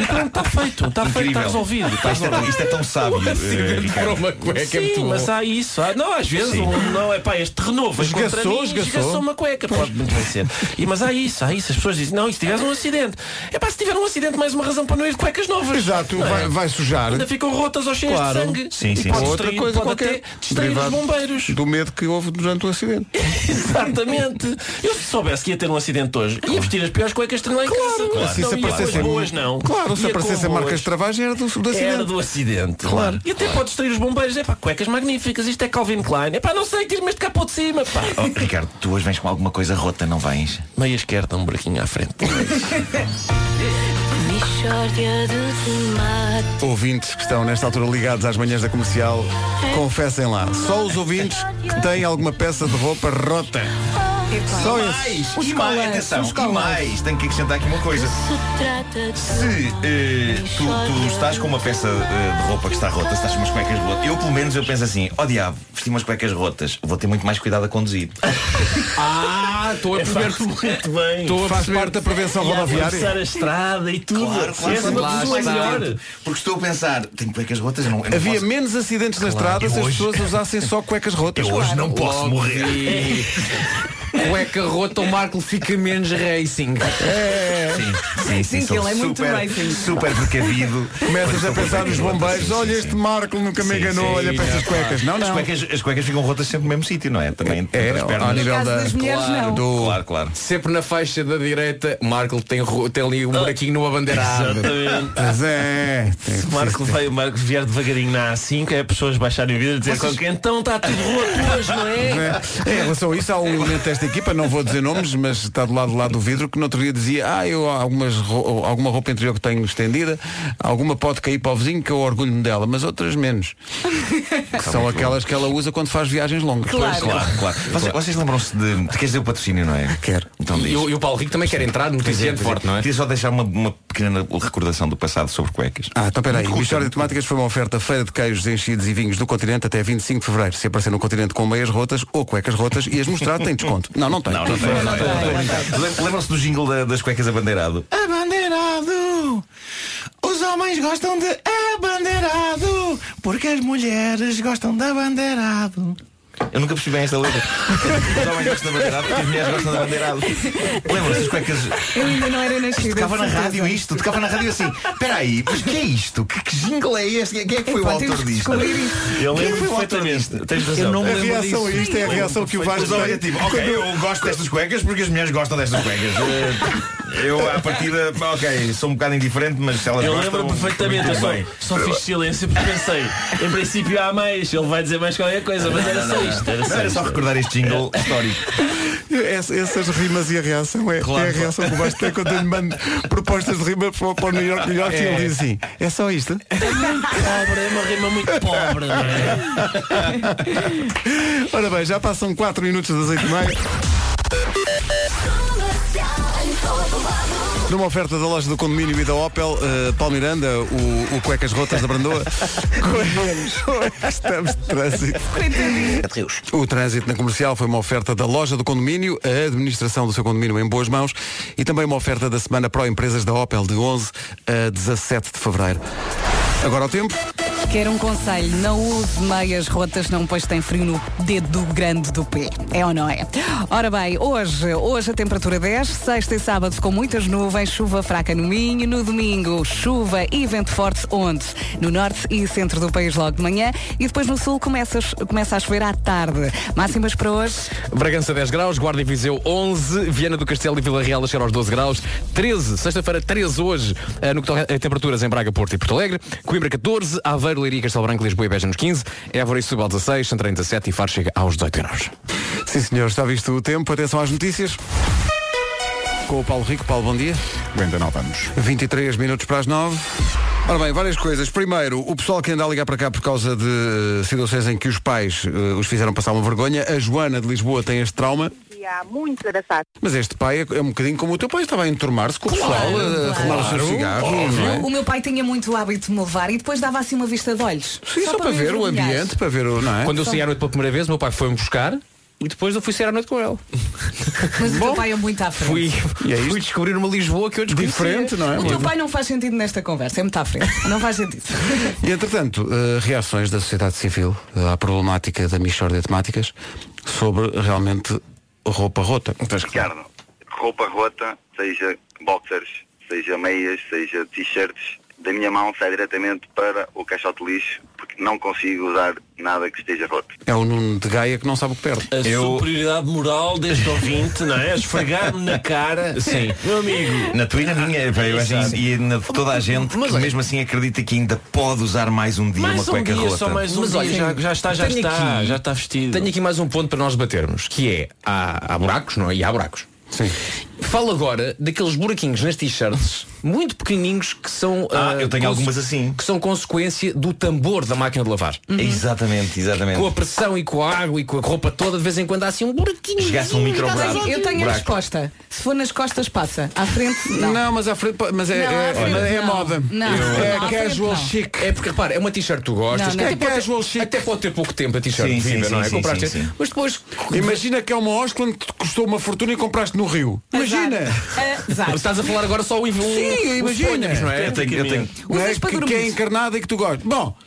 E pronto, está feito, está feito, está Incrível. resolvido. tá Pá, isto é tão- isto é tão sábio, O acidente eh, Ricardo. furou uma cueca, Sim, é muito bom. mas há isso. há- não, às vezes, Sim. um- não, é pá, este renovo. veio contra Esgaçou, mim, esgaçou. esgaçou uma cueca. Pode muito bem ser. E, mas há isso, há isso. As pessoas dizem, não, e se tiveres um acidente? É pá, se tiver um acidente, mais uma razão para não ir de cuecas novas. Exato, Não é? vai, vai sujar. Ainda ficam rotas ou cheias Claro. de sangue. Sim, E sim, sim. pode distrair- Outra coisa pode qualquer. até distrair os Derivado bombeiros. Do medo que houve durante o acidente. Exatamente. Eu se soubesse que ia ter um acidente hoje, ia vestir as piores cuecas que tenho lá em casa. Claro, não se Então, ia com as aparecessem boas, não. Claro, se Ia com aparecessem marcas boas. de travagem era do, do acidente. Era do acidente. Claro. E até pode distrair os bombeiros. É pá, cuecas magníficas. Isto é Calvin Klein. É pá, não sei, tira-me este capô de cima. Pá. Oh, Ricardo, tu hoje vens com alguma coisa rota, não vens? Meia esquerda, um buraquinho à frente. Mixórdia de temáticas. Ouvintes que estão nesta altura ligados às manhãs da comercial, É. confessem lá. Só os ouvintes que têm alguma peça de roupa rota. Só e esses. mais, e mais, atenção, e mais, tenho que acrescentar aqui uma coisa. Se eh, tu, tu estás com uma peça eh, de roupa que está rota, se estás com umas cuecas rotas, eu pelo menos eu penso assim, ó diabo, vesti umas cuecas rotas, vou ter muito mais cuidado a conduzir. Ah, estou a perceber-te muito bem. Estou a Faz perceber-te. parte da prevenção E há de rodoviária. atravessar estrada e tudo. é Claro, claro, Sim, claro, lá claro, está. claro. Porque estou a pensar, tenho cuecas rotas, eu não, eu não Havia posso- menos acidentes na Claro, estrada se eu as hoje- pessoas usassem só cuecas rotas. Eu hoje não Claro. posso Logo morrer. vi. Cueca rota, o Marco fica menos racing. Sim, sim, sou é super, Super precavido. Começas Quando a estou com pensar nos cuecas rotas, bombeiros, sim, olha sim, este sim. Marco nunca me Sim, enganou, sim, olha para já estas está. cuecas. Não, As não. cuecas, as cuecas ficam rotas sempre no mesmo sítio, não é? Também entre as pernas. ao nível No caso da- das mulheres, claro, não. do- claro, claro. Sempre na faixa da direita, Marco tem, ru- tem ali um Ah. buraquinho numa bandeira. Exatamente. Mas é. Se Marco, vai, Marco vier devagarinho na A5, é pessoas baixarem o vidro e dizer Vocês- "Com que então tá está tudo roto hoje, não é? É, Em relação a isso, há um elemento desta equipa, não vou dizer nomes, mas está do lado lá do vidro, que no outro dia dizia, ah, eu há algumas, ro- alguma roupa interior que tenho estendida, alguma pode cair para o vizinho, que eu orgulho-me dela, mas outras menos. Que são aquelas que ela usa quando faz viagens longas. Tá Claro, claro. Vocês, vocês lembram-se de. Tu queres dizer o patrocínio, não é? Quero. Então diz. E o- e o Paulo Rico também quer entrar no noticiante forte, não é? Queria só deixar uma, uma pequena recordação do passado sobre cuecas. Ah, então peraí. Muito O História curta. de Temáticas foi uma oferta feira de queijos, enchidos e vinhos do continente até 25 de fevereiro. Se aparecer no continente com meias rotas ou cuecas rotas e as mostrar, tem desconto. Não, não tem. Não, não tem. não tem, não tem. Lem- Lembram-se do jingle da- das cuecas abandeirado? Abandeirado! Os homens gostam de abandeirado, porque as mulheres gostam de abandeirado. Eu nunca percebi bem esta letra. Os homens gostam da bandeirada porque as mulheres gostam da bandeirada. Lembram-se das cuecas. Eu ainda não era nascida. Tocava na de certeza. rádio isto, tocava na rádio assim. Espera aí, mas que é isto? Que, que jingle é este? Quem é que foi o Epá, autor temos que disto? descobrir isso. Quem é Eu lembro foi o autor perfeitamente. disto? Tens razão. A reação a isto é a reação que o Vasco Mas olha, tem. tipo, ok, eu gosto destas cuecas porque as mulheres gostam destas cuecas. Eh, Eu, à partida, ok, sou um bocado indiferente, mas se elas Eu gostam, lembro perfeitamente, eu muito só, bem. só fiz silêncio porque pensei, em princípio há mais, ele vai dizer mais qualquer coisa, mas era só isto. Era só, Era só isto. recordar este jingle histórico. Essa- Essas rimas e a reação é, Claro. é a reação que o Vasco tem quando eu lhe mando propostas de rima para, o- para o New York, New York e É. ele diz assim, é só isto? É muito pobre, é uma rima muito pobre. não é? Ora bem, já passam 4 minutos das 8 e meia. Numa oferta da loja do condomínio e da Opel, eh, Paulo Miranda, o, o Cuecas Rotas da Brandoa, com estamos de trânsito. O trânsito na comercial foi uma oferta da loja do condomínio, a administração do seu condomínio em boas mãos e também uma oferta da semana Pro Empresas da Opel de 11 a 17 de fevereiro. Agora o tempo. Quer um conselho? Não use meias rotas, não pois tem frio no dedo grande do pé. É ou não é? Ora bem, hoje, hoje a temperatura 10, sexta e sábado com muitas nuvens, chuva fraca no Minho, no domingo chuva e vento forte onde? No norte e centro do país logo de manhã e depois no sul começa, a cho- começa a chover à tarde. Máximas para hoje? Bragança 10 graus, Guarda e Viseu 11, Viana do Castelo e Vila Real a chegar aos 12 graus, 13, sexta-feira 13 hoje, eh, no que toca a temperaturas em Braga, Porto e Porto Alegre, Coimbra 14, Aveiro, Leiria, Castelo Branco, Lisboa e Beja nos 15, Évora e Setúbal 16, Santarém 17 e Faro chega aos 18 graus. Sim, senhor, está visto o tempo. Atenção às notícias. Com o Paulo Rico. Paulo, bom dia. 49 anos. 23 minutos para as 9. Ora bem, várias coisas. Primeiro, o pessoal que anda a ligar para cá por causa de eh, situações em que os pais eh, os fizeram passar uma vergonha. A Joana de Lisboa tem este trauma. E há muito engraçado. Mas este pai é é um bocadinho como o teu pai, estava a enturmar-se com o pessoal, a fumar o seu cigarro. não é? O meu pai tinha muito o hábito de me levar e depois dava assim uma vista de olhos. Sim, só, para, me ver o envergonhar. ambiente, para ver o. Não é? Quando eu saí à noite pela primeira vez, o meu pai foi-me buscar e depois eu fui sair à noite com ele. Mas o teu pai é muito à frente. Fui, fui descobrir uma Lisboa que eu desconhecia. é, O teu pai não faz sentido nesta conversa, é muito à frente. Não faz sentido. E entretanto, eh, reações da sociedade civil eh, à problemática da Michórdia de Temáticas sobre realmente roupa rota. Ricardo, roupa rota, seja boxers, seja meias, seja t-shirts, da minha mão sai diretamente para o caixote de lixo, porque não consigo usar nada que esteja roto. É o Nuno de Gaia que não sabe o que perde. A superioridade moral deste ouvinte, não é? Esfregar-me na cara. Sim. Meu amigo. Na tua e na minha, pá, eu acho isso- e na de toda a gente que mesmo assim acredita que ainda pode usar mais um dia Mais uma um cueca dia, rota. só mais um Mas olha, dia. já- já está, já Tenho está, já está vestido. Tenho aqui mais um ponto para nós batermos, que é há, há buracos, não é? E há buracos. Sim. Fala agora daqueles buraquinhos nas t-shirts muito pequenininhos que são Ah, ah, eu tenho cons- algumas assim. que são consequência do tambor da máquina de lavar. Exatamente, exatamente. Com a pressão e com a água e com a roupa toda, de vez em quando há assim um é buraquinho. Chegasse um micro Tá, Eu tenho a resposta. Se for nas costas, passa. À frente, não. Não, mas à frente, mas é- é- mas é moda. Não, não, Eu- à frente não. É porque repara, é uma t-shirt que tu Não, gostas. não. que É até, pode ter, até pode ter pouco tempo a t-shirt Sim, viva, sim, não é? sim, sim, Compraste- sim, sim. Mas depois. Imagina que é uma Oscland que te custou uma fortuna e compraste no Rio. Imagina! Mas Estás a falar agora só o Sim, imagina! não é? Eu tenho- eu tenho- Não é que, que é encarnada e que tu gostas. Bom,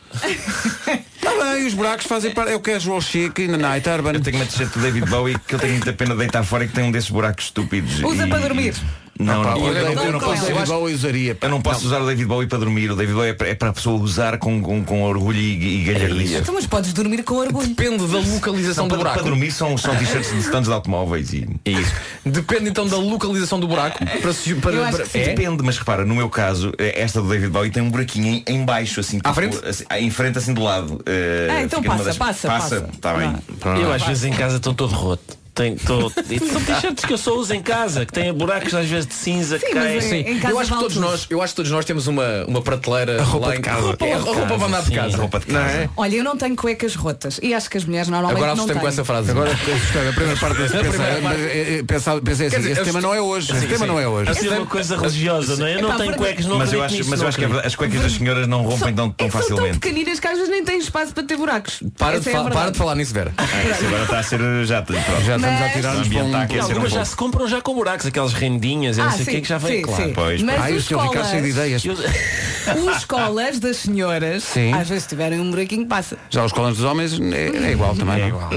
está bem, os buracos fazem parte. É o casual chic e na night urban. Eu tenho uma t-shirt do David Bowie que eu tenho muita pena de deitar fora e que tem um desses buracos estúpidos. Usa e- para dormir. Não, Ah, pá, não, eu não- não, eu não posso- Eu David acho- Bowie usaria, Eu não posso usar o David Bowie para dormir. O David Bowie é para, é para a pessoa usar com, com, com orgulho e, e galhardia. Então, mas podes dormir com orgulho. Depende da localização Não, do para, buraco. para dormir são, são t-shirts de stands de automóveis e. É isso. Depende então da localização do buraco para se. Eu Para, acho para, que sim. é? Depende, mas repara, no meu caso, eh, esta do David Bowie tem um buraquinho em, em baixo, assim, à frente? tipo, Assim, em frente, assim do lado. eh, Ah, então fica numa passa, passa, Passa, passa. está bem. Eu às vezes em casa estou todo roto. Tenho, tô... e São t-shirts que eu só uso em casa, que têm buracos às vezes de cinza que caem. Sim. é eu acho que todos nós, eu acho que todos nós temos uma uma prateleira lá em casa. roupa É, lá a de roupa casa, para andar de sim. casa, Roupa de casa. Não é? Olha, eu não tenho cuecas rotas. E acho que as mulheres normalmente Agora não assustei-me têm. com essa frase. Agora assustei-me. A primeira parte desse A pensar, primeira parte. eh, eh, pensava- pensei assim, Quer dizer, esse tema assust- não é hoje. Sim, Esse tema sim. não é hoje. Assim, uma coisa religiosa, não é? Eu não Epá, tenho para- cuecas, não mas eu acredito acho, nisso, mas eu não acho que é acredito. verdade, as cuecas das senhoras não rompem tão, tão São tão facilmente. pequeninas que às vezes nem têm espaço para ter buracos. Para Essa de, é a fa- verdade. para de falar nisso, Vera. Ah, isso agora está a ser já, pronto. já estamos a Mas- O tirar-nos para ambiente um está a Não, aquecer um algumas já pouco. se compram já com buracos, aquelas rendinhas, eu Ah, não sei o sim, que é que já vem, sim, claro. sim. Pois, Mas pois. os colas- Eu- Os colas das senhoras, Sim. às vezes tiverem um buraquinho, passa. Já os colãs dos homens é, é igual também. É igual.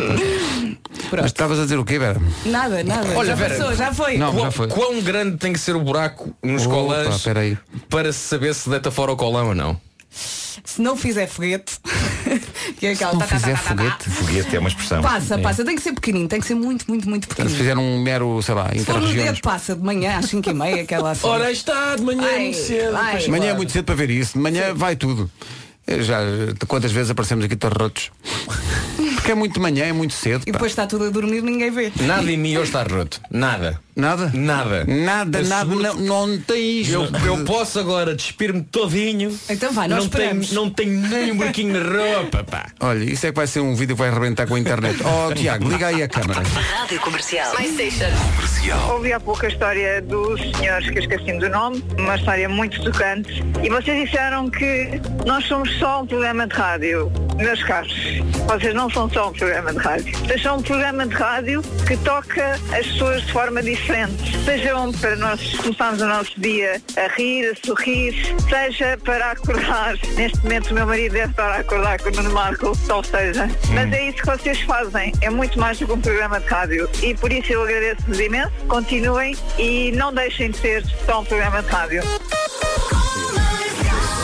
Mas estavas a dizer o quê, Vera? Nada, nada. Olha, já Vera, passou, já foi. Não, quão, já foi. quão grande tem que ser o buraco nos Opa, colãs espera aí. para se saber se deita fora o colão ou não? Se não fizer foguete, que é aquela, tá, tá, tá, tá, tá, tá. Foguete é uma expressão. Passa, passa. Tem que ser pequenininho, tem que ser muito, muito, muito Se pequenininho. fizer um mero, sei lá, Se for no interregiões. dedo, passa de manhã às 5 e meia, aquela assim. Ora, aí está, de manhã é Ai, muito cedo. ai. pois Amanhã é claro. muito cedo para ver isso. De manhã vai tudo. Eh, Já eh, quantas vezes aparecemos aqui todos rotos? Porque é muito de manhã, é muito cedo. E pá. depois está tudo a dormir, ninguém É vê. Nada em mim hoje está roto. Nada. Nada? Nada. Nada, nada, Asseguro-te não, não tem isto. Eu, eu posso agora despir-me todinho. Então vá, nós não esperamos. tenho, não tenho nem um buraquinho na roupa, pá. Olha, isso é que vai ser um vídeo que vai arrebentar com a internet. Oh, Tiago, liga aí a câmara. Rádio Comercial. My Station. Ouvi há pouco a história dos senhores que eu esqueci do nome, uma história muito tocante. E vocês disseram que nós somos só um programa de rádio. Meus caros, vocês não são só um programa de rádio. Vocês são um programa de rádio que toca as pessoas de forma diferente. diferente. Seja um para nós começarmos o nosso dia a rir, a sorrir, seja para acordar. Neste momento o meu marido deve estar a acordar com o Nuno Marco, tal seja. Mas é isso que vocês fazem. É muito mais do que um programa de rádio. E por isso eu agradeço-vos imenso. Continuem e não deixem de ser só um programa de rádio.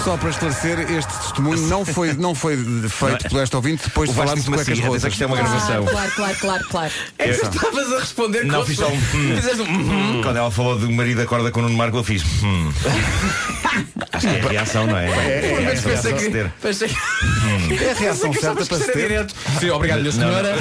Só para esclarecer, este testemunho não foi, não foi feito pelo este ouvinte depois O de Vasco falarmos de disse-me cuecas assim, rotas. atenção que isto é uma gravação. Claro, claro, claro, claro. É que tu estavas a responder Não, fiz só um. hum. Quando ela falou do marido acorda com o Nuno Marco, eu fiz. hum. Acho que é a reação, não É, é? a é, reação pensei para se ter. que. Pensei que. É a reação certa para se ter. Sim, obrigado, minha Não, não. senhora.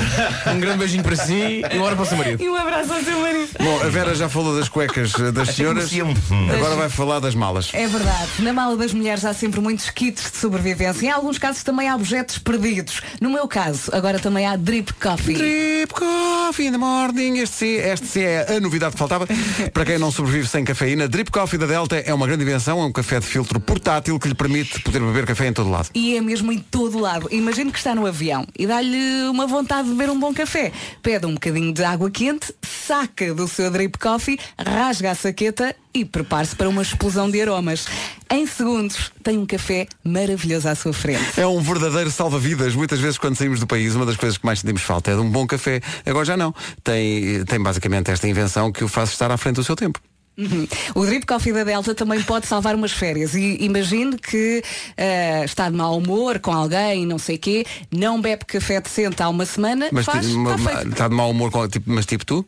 Um grande beijinho para si e uma hora para o seu marido. E um abraço ao seu marido. Bom, a Vera já falou das cuecas eh, das Achei que senhoras. merecia um, Agora vai falar das malas. É verdade. Na mala das mulheres há sempre muitos kits de sobrevivência. Em alguns casos também há objetos perdidos. No meu caso, agora também há drip coffee. Drip Coffee in the morning. Este sim, este sim é a novidade que faltava. Para quem não sobrevive sem cafeína, Drip Coffee da Delta é uma grande invenção, é um café de filtro portátil que lhe permite poder beber café em todo lado. E é mesmo em todo lado. Imagino que está no avião e dá-lhe uma vontade de beber um bom café. Pede um bocadinho de água quente, saca do seu drip coffee, rasga a saqueta e prepare-se para uma explosão de aromas. Em segundos, tem um café maravilhoso à sua frente. É um verdadeiro salva-vidas. Muitas vezes quando saímos do país, uma das coisas que mais sentimos falta é de um bom café. Agora já não. Tem, tem basicamente esta invenção que o faz estar à frente do seu tempo. Uhum. O Drip Coffee da Delta também pode salvar umas férias. E imagine que eh, está de mau humor com alguém, não sei quê, não bebe café decente há uma semana, Mas faz, ti- está ma- ma- feito. está de mau humor, com- tipo- mas tipo tu?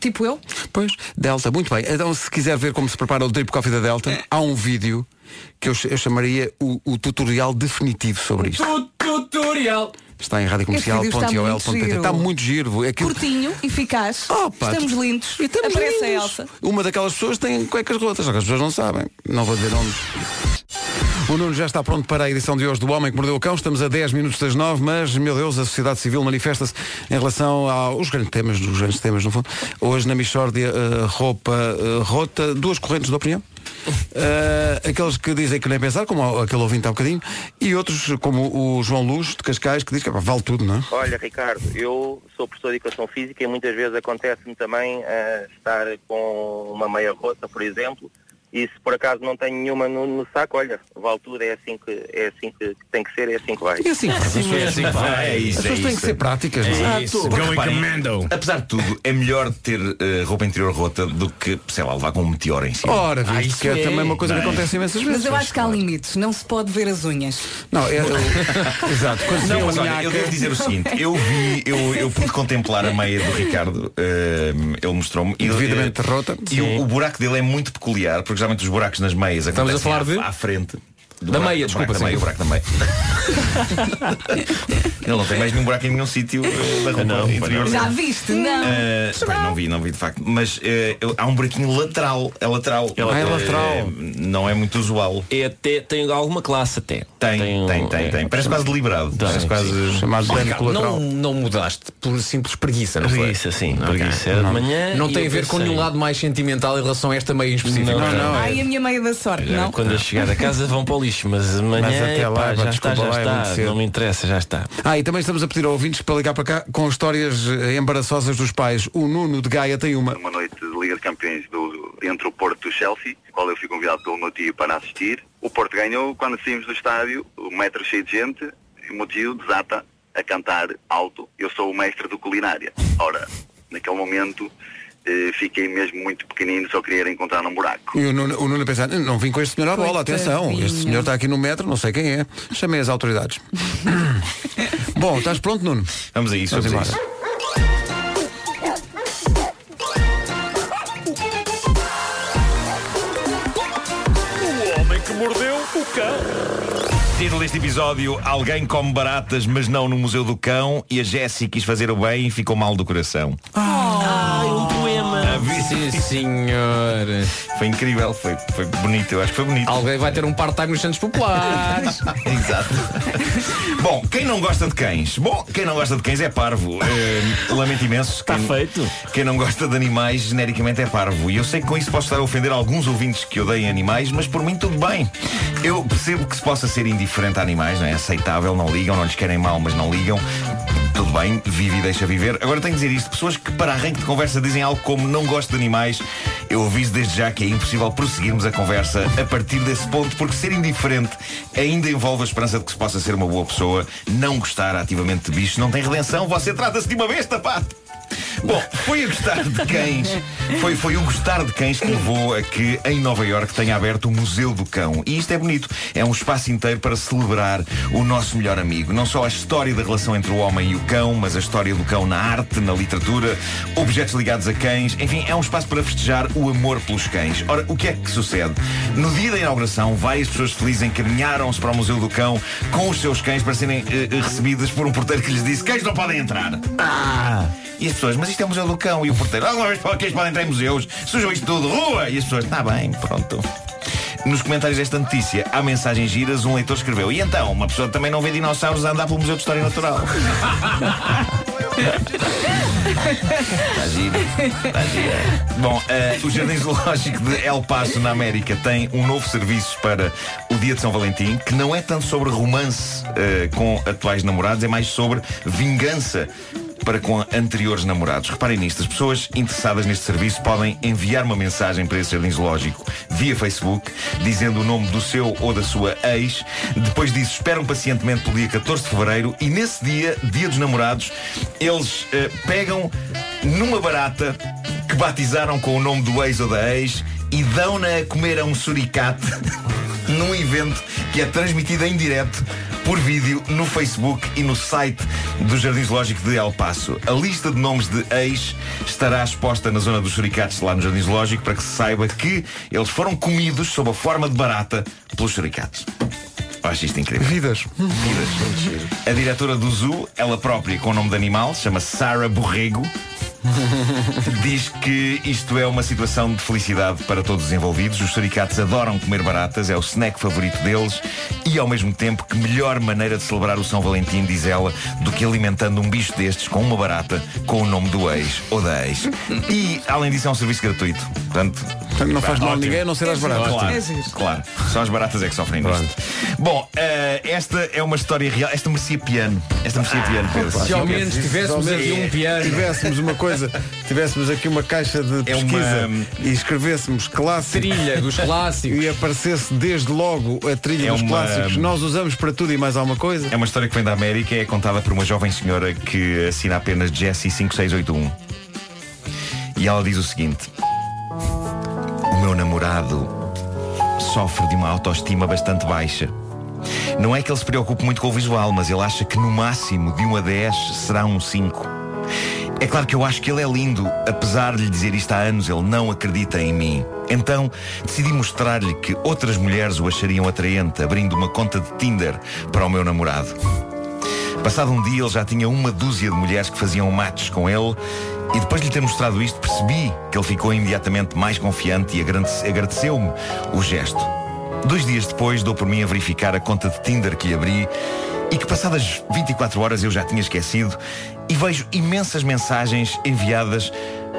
Tipo eu. Pois, Delta, muito bem. Então, se quiser ver como se prepara o Drip Coffee da Delta, há um vídeo que eu, ch- eu chamaria o, o tutorial definitivo sobre isto. Tutorial. Está em Este vídeo está muito radiocomercial.ol.pt. giro. Está muito giro. Aquilo- Curtinho, eficaz. Opa, estamos tu- lindos. Aparece a Elsa. Uma daquelas pessoas tem cuecas rotas, só que as pessoas não sabem. Não vou dizer nomes. O Nuno já está pronto para a edição de hoje do Homem que Mordeu o Cão. Estamos a 10 minutos das 9, mas, meu Deus, a sociedade civil manifesta-se em relação aos grandes temas, dos grandes temas, no fundo. Hoje, na Michórdia, eh, roupa eh, rota, duas correntes de opinião. Eh, aqueles que dizem que nem pensar, como aquele ouvinte há bocadinho, e outros, como o João Luz, de Cascais, que diz que "Epá, vale tudo, não é? Olha, Ricardo, eu sou professor de educação física e muitas vezes acontece-me também ah, estar com uma meia rota, por exemplo, e se por acaso não tenho nenhuma no, no saco, olha, vale tudo, é assim que, é assim que tem que ser, é assim que vai. É assim que faz. Sim, é assim que vai. É isso, As pessoas é têm isso. que ser práticas, não é? É isso. Porque, reparem, Apesar de tudo, é melhor ter eh, roupa interior rota do que, sei lá, levar com um meteoro em cima. Ora, viste, que é também uma coisa que acontece imensas vezes. Mas eu acho que há limites, não se pode ver as unhas. Não, é, Exato. Quando Não, vê mas um olha, nhaca- eu devo dizer o seguinte, eu vi, eu, eu pude contemplar a meia do Ricardo, eh, ele mostrou-me. e ele- Devidamente rota. E o, o buraco dele é muito peculiar, porque geralmente os buracos nas meias Estamos acontecem a falar de? à, à frente. Do Da buraco- meia, do desculpa, buraco da meia, sim. o buraco da meia. Ele não tem mais nenhum buraco em nenhum sítio eh, da roupa interior. é. Já dele. viste? Não. Eh, bem, não vi, não vi de facto. Mas eh, eu- há um buraquinho lateral. É lateral. É lateral. Eh, É lateral. não é muito usual. É até, tem alguma classe até. Tem, um- tem, tem, é, tem. Parece quase deliberado. Tem, Parece quase sim. chamado Oh, dano Ricardo, colateral. não, não mudaste por simples preguiça, não foi? Preguiça, sim, Ok. preguiça. Era de Não. manhã Não e tem eu a ver com pensei- nenhum lado mais sentimental em relação a esta meia em específico. Não, não, é? Ai, a minha meia da sorte, Agora, não. Quando eu chegar a casa vão para o lixo, mas amanhã até lá, epá, pá, já desculpa está, já lá, é muito está. cedo. Não me interessa, já está. Ah, e também estamos a pedir a ouvintes para ligar para cá com histórias eh, embaraçosas dos pais. O Nuno de Gaia tem uma. Uma noite de Liga de Campeões do, entre o Porto e o Chelsea, a qual eu fui convidado pelo meu tio para assistir. O Porto ganhou, quando saímos do estádio, o metro cheio de gente, e o meu tio desata a cantar alto, eu sou o mestre do culinária. Ora, naquele momento eh, fiquei mesmo muito pequenino, só queria era encontrar um buraco. E o Nuno, o Nuno a pensar, não vim com este senhor à bola, atenção. Este senhor está aqui no metro, não sei quem é. Chamei as autoridades. Bom, estás pronto, Nuno? Vamos a isso, Vamos vamos a embora. O homem que mordeu o cão. Título deste episódio, alguém come baratas, mas não no Museu do Cão, e a Jessie quis fazer o bem e ficou mal do coração. Ai, um poema. Sim, senhor. Foi incrível, foi, foi bonito, eu acho que foi bonito. Alguém vai ter um part-time nos Santos Populares. Exato. Bom, quem não gosta de cães? Bom, quem não gosta de cães é parvo. Eh, lamento imenso. Está feito. Quem não gosta de animais, genericamente é parvo. E eu sei que com isso posso estar a ofender alguns ouvintes que odeiem animais, mas por mim tudo bem. Eu percebo que se possa ser indiferente a animais, não é aceitável, não ligam, não lhes querem mal, mas não ligam. tudo bem, vive e deixa viver. Agora tenho que dizer isto, pessoas que para arranque de conversa dizem algo como não gosto de animais, eu aviso desde já que é impossível prosseguirmos a conversa a partir desse ponto, porque ser indiferente ainda envolve a esperança de que se possa ser uma boa pessoa, não gostar ativamente de bichos, não tem redenção, você trata-se de uma besta, pá! Bom, foi o gostar de cães. Foi, foi o gostar de cães que levou a que em Nova York tenha aberto o Museu do Cão. E isto é bonito. É um espaço inteiro para celebrar o nosso melhor amigo. Não só a história da relação entre o homem e o cão, mas a história do cão na arte, na literatura, objetos ligados a cães. Enfim, é um espaço para festejar o amor pelos cães. Ora, o que é que sucede? No dia da inauguração, várias pessoas felizes encaminharam-se para o Museu do Cão com os seus cães para serem eh, eh, recebidas por um porteiro que lhes disse: cães não podem entrar. Ah! E as pessoas, mas isto é o Museu do Cão e o porteiro, alguma vez para que eles podem entrar em museus, sujam isto tudo, rua! E as pessoas, está bem, pronto. Nos comentários desta notícia, há mensagens giras, um leitor escreveu, e então, uma pessoa também não vê dinossauros a andar pelo Museu de História Natural. Está giro, está giro. Bom, eh, o Jardim Zoológico de El Paso, na América, tem um novo serviço para o Dia de São Valentim, que não é tanto sobre romance eh, com atuais namorados, é mais sobre vingança para com anteriores namorados. Reparem nisto, as pessoas interessadas neste serviço podem enviar uma mensagem para esse jardim zoológico via Facebook, dizendo o nome do seu ou da sua ex. Depois disso, esperam pacientemente pelo dia 14 de fevereiro e nesse dia, dia dos namorados, eles eh, pegam numa barata que batizaram com o nome do ex ou da ex e dão-na a comer a um suricate num evento que é transmitido em direto por vídeo no Facebook e no site do Jardim Zoológico de El Paso. A lista de nomes de ex estará exposta na zona dos suricates lá no Jardim Zoológico para que se saiba que eles foram comidos sob a forma de barata pelos suricates. Eu Acho isto incrível. Vidas. Vidas. A diretora do zoo, ela própria com o nome de animal, chama-se Sarah Borrego, diz que isto é uma situação de felicidade para todos os envolvidos. Os suricates adoram comer baratas, é o snack favorito deles e, ao mesmo tempo, que melhor maneira de celebrar o São Valentim, diz ela, do que alimentando um bicho destes com uma barata com o nome do ex ou da ex. E, além disso, é um serviço gratuito. Portanto, não pá, faz mal a ótimo. ninguém a não ser às baratas. Claro, É giro. claro. Só as baratas é que sofrem nisto. Bom, eh, esta é uma história real. Esta merecia piano. Esta merecia piano, Pedro. Claro, sim, quer dizer, se ao um um- menos Tivéssemos uma coisa, tivéssemos aqui uma caixa de É uma- pesquisa e escrevêssemos clássico. Trilha dos clássicos. E aparecesse desde logo a trilha É dos uma- clássicos. Nós usamos para tudo e mais alguma coisa. É uma história que vem da América e é contada por uma jovem senhora que assina apenas Jessie 5681. E ela diz o seguinte: O meu namorado sofre de uma autoestima bastante baixa. Não é que ele se preocupe muito com o visual, mas ele acha que no máximo de 1 a 10 será um 5. É claro que eu acho que ele é lindo, apesar de lhe dizer isto há anos, ele não acredita em mim. Então decidi mostrar-lhe que outras mulheres o achariam atraente, abrindo uma conta de Tinder para o meu namorado. Passado um dia, ele já tinha uma dúzia de mulheres que faziam matches com ele. E depois de lhe ter mostrado isto, percebi que ele ficou imediatamente mais confiante e agrade- agradeceu-me o gesto. Dois dias depois, dou por mim a verificar a conta de Tinder que lhe abri e que passadas 24 horas eu já tinha esquecido e vejo imensas mensagens enviadas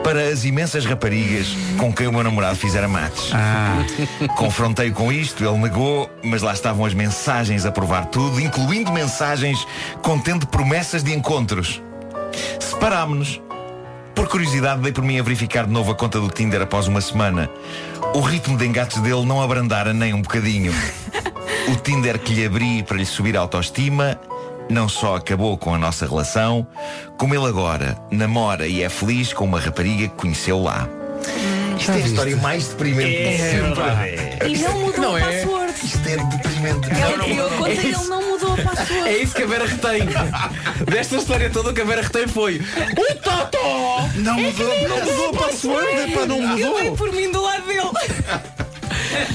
para as imensas raparigas com quem o meu namorado fizera mates. Confrontei-o com isto, ele negou, mas lá estavam as mensagens a provar tudo, incluindo mensagens contendo promessas de encontros. Separámo-nos. Por curiosidade, dei por mim a verificar de novo a conta do Tinder após uma semana. O ritmo de engates dele não abrandara nem um bocadinho. O Tinder que lhe abri para lhe subir a autoestima não só acabou com a nossa relação, como ele agora namora e é feliz com uma rapariga que conheceu lá. Isto é a história mais deprimente de sempre. E não mudou Não a é? password. Isto é deprimente. Ele Não, não, criou a é conta e ele isso. não mudou a password. É isso que a Vera retém. Desta história toda, o que a Vera retém foi. O Totó! Não mudou, não mudou a password, é pá, não mudou. Ele por mim do lado dele.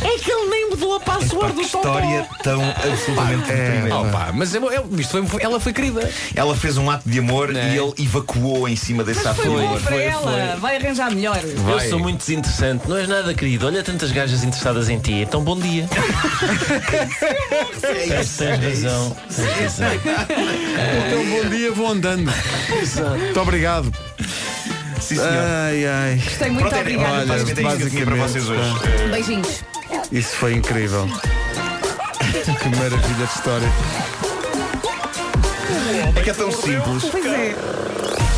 É que ele nem mudou a password do Totó. História tão absolutamente É. deprimente. mas eu- eu- isto foi- ela foi querida. Ela fez um ato de amor e ele evacuou em cima desse ato Foi de bom amor. para ela. Vai arranjar melhor. Eu sou muito desinteressante, não és nada querido. Olha tantas gajas interessadas em ti, então bom dia. É tens razão. Tens razão. Então bom dia, vou andando. Muito obrigado. Sim, ai, ai. Gostei muito, Pronto, era- obrigada. Olha, basicamente é isto que eu tinha para vocês hoje. basicamente, pá. Beijinhos. Isso foi incrível. Que maravilha de história. É que é tão simples. Pois é.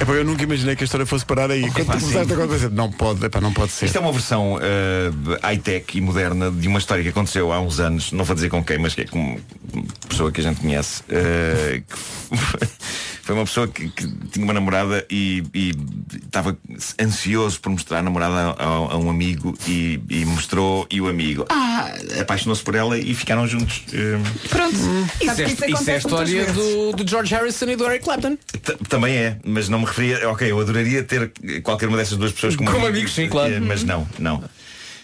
É porque eu nunca imaginei que a história fosse parar aí. Quando tu começaste a contar, eu disse, não pode, epá, não pode ser. Isto é uma versão eh, de high-tech e moderna de uma história que aconteceu há uns anos, não vou dizer com quem, mas que é com uma pessoa que a gente conhece. eh, que foi- foi uma pessoa que, que tinha uma namorada e e estava ansioso por mostrar a namorada a, a um amigo e, e mostrou e o amigo ah, apaixonou-se por ela e ficaram juntos. eh, Pronto. Isso é, isso é a história do, do George Harrison e do Eric Clapton. T- Também é, mas não me referia. Ok, eu adoraria ter qualquer uma dessas duas pessoas como, Como amigos, sim, claro. eh, Mas não, não.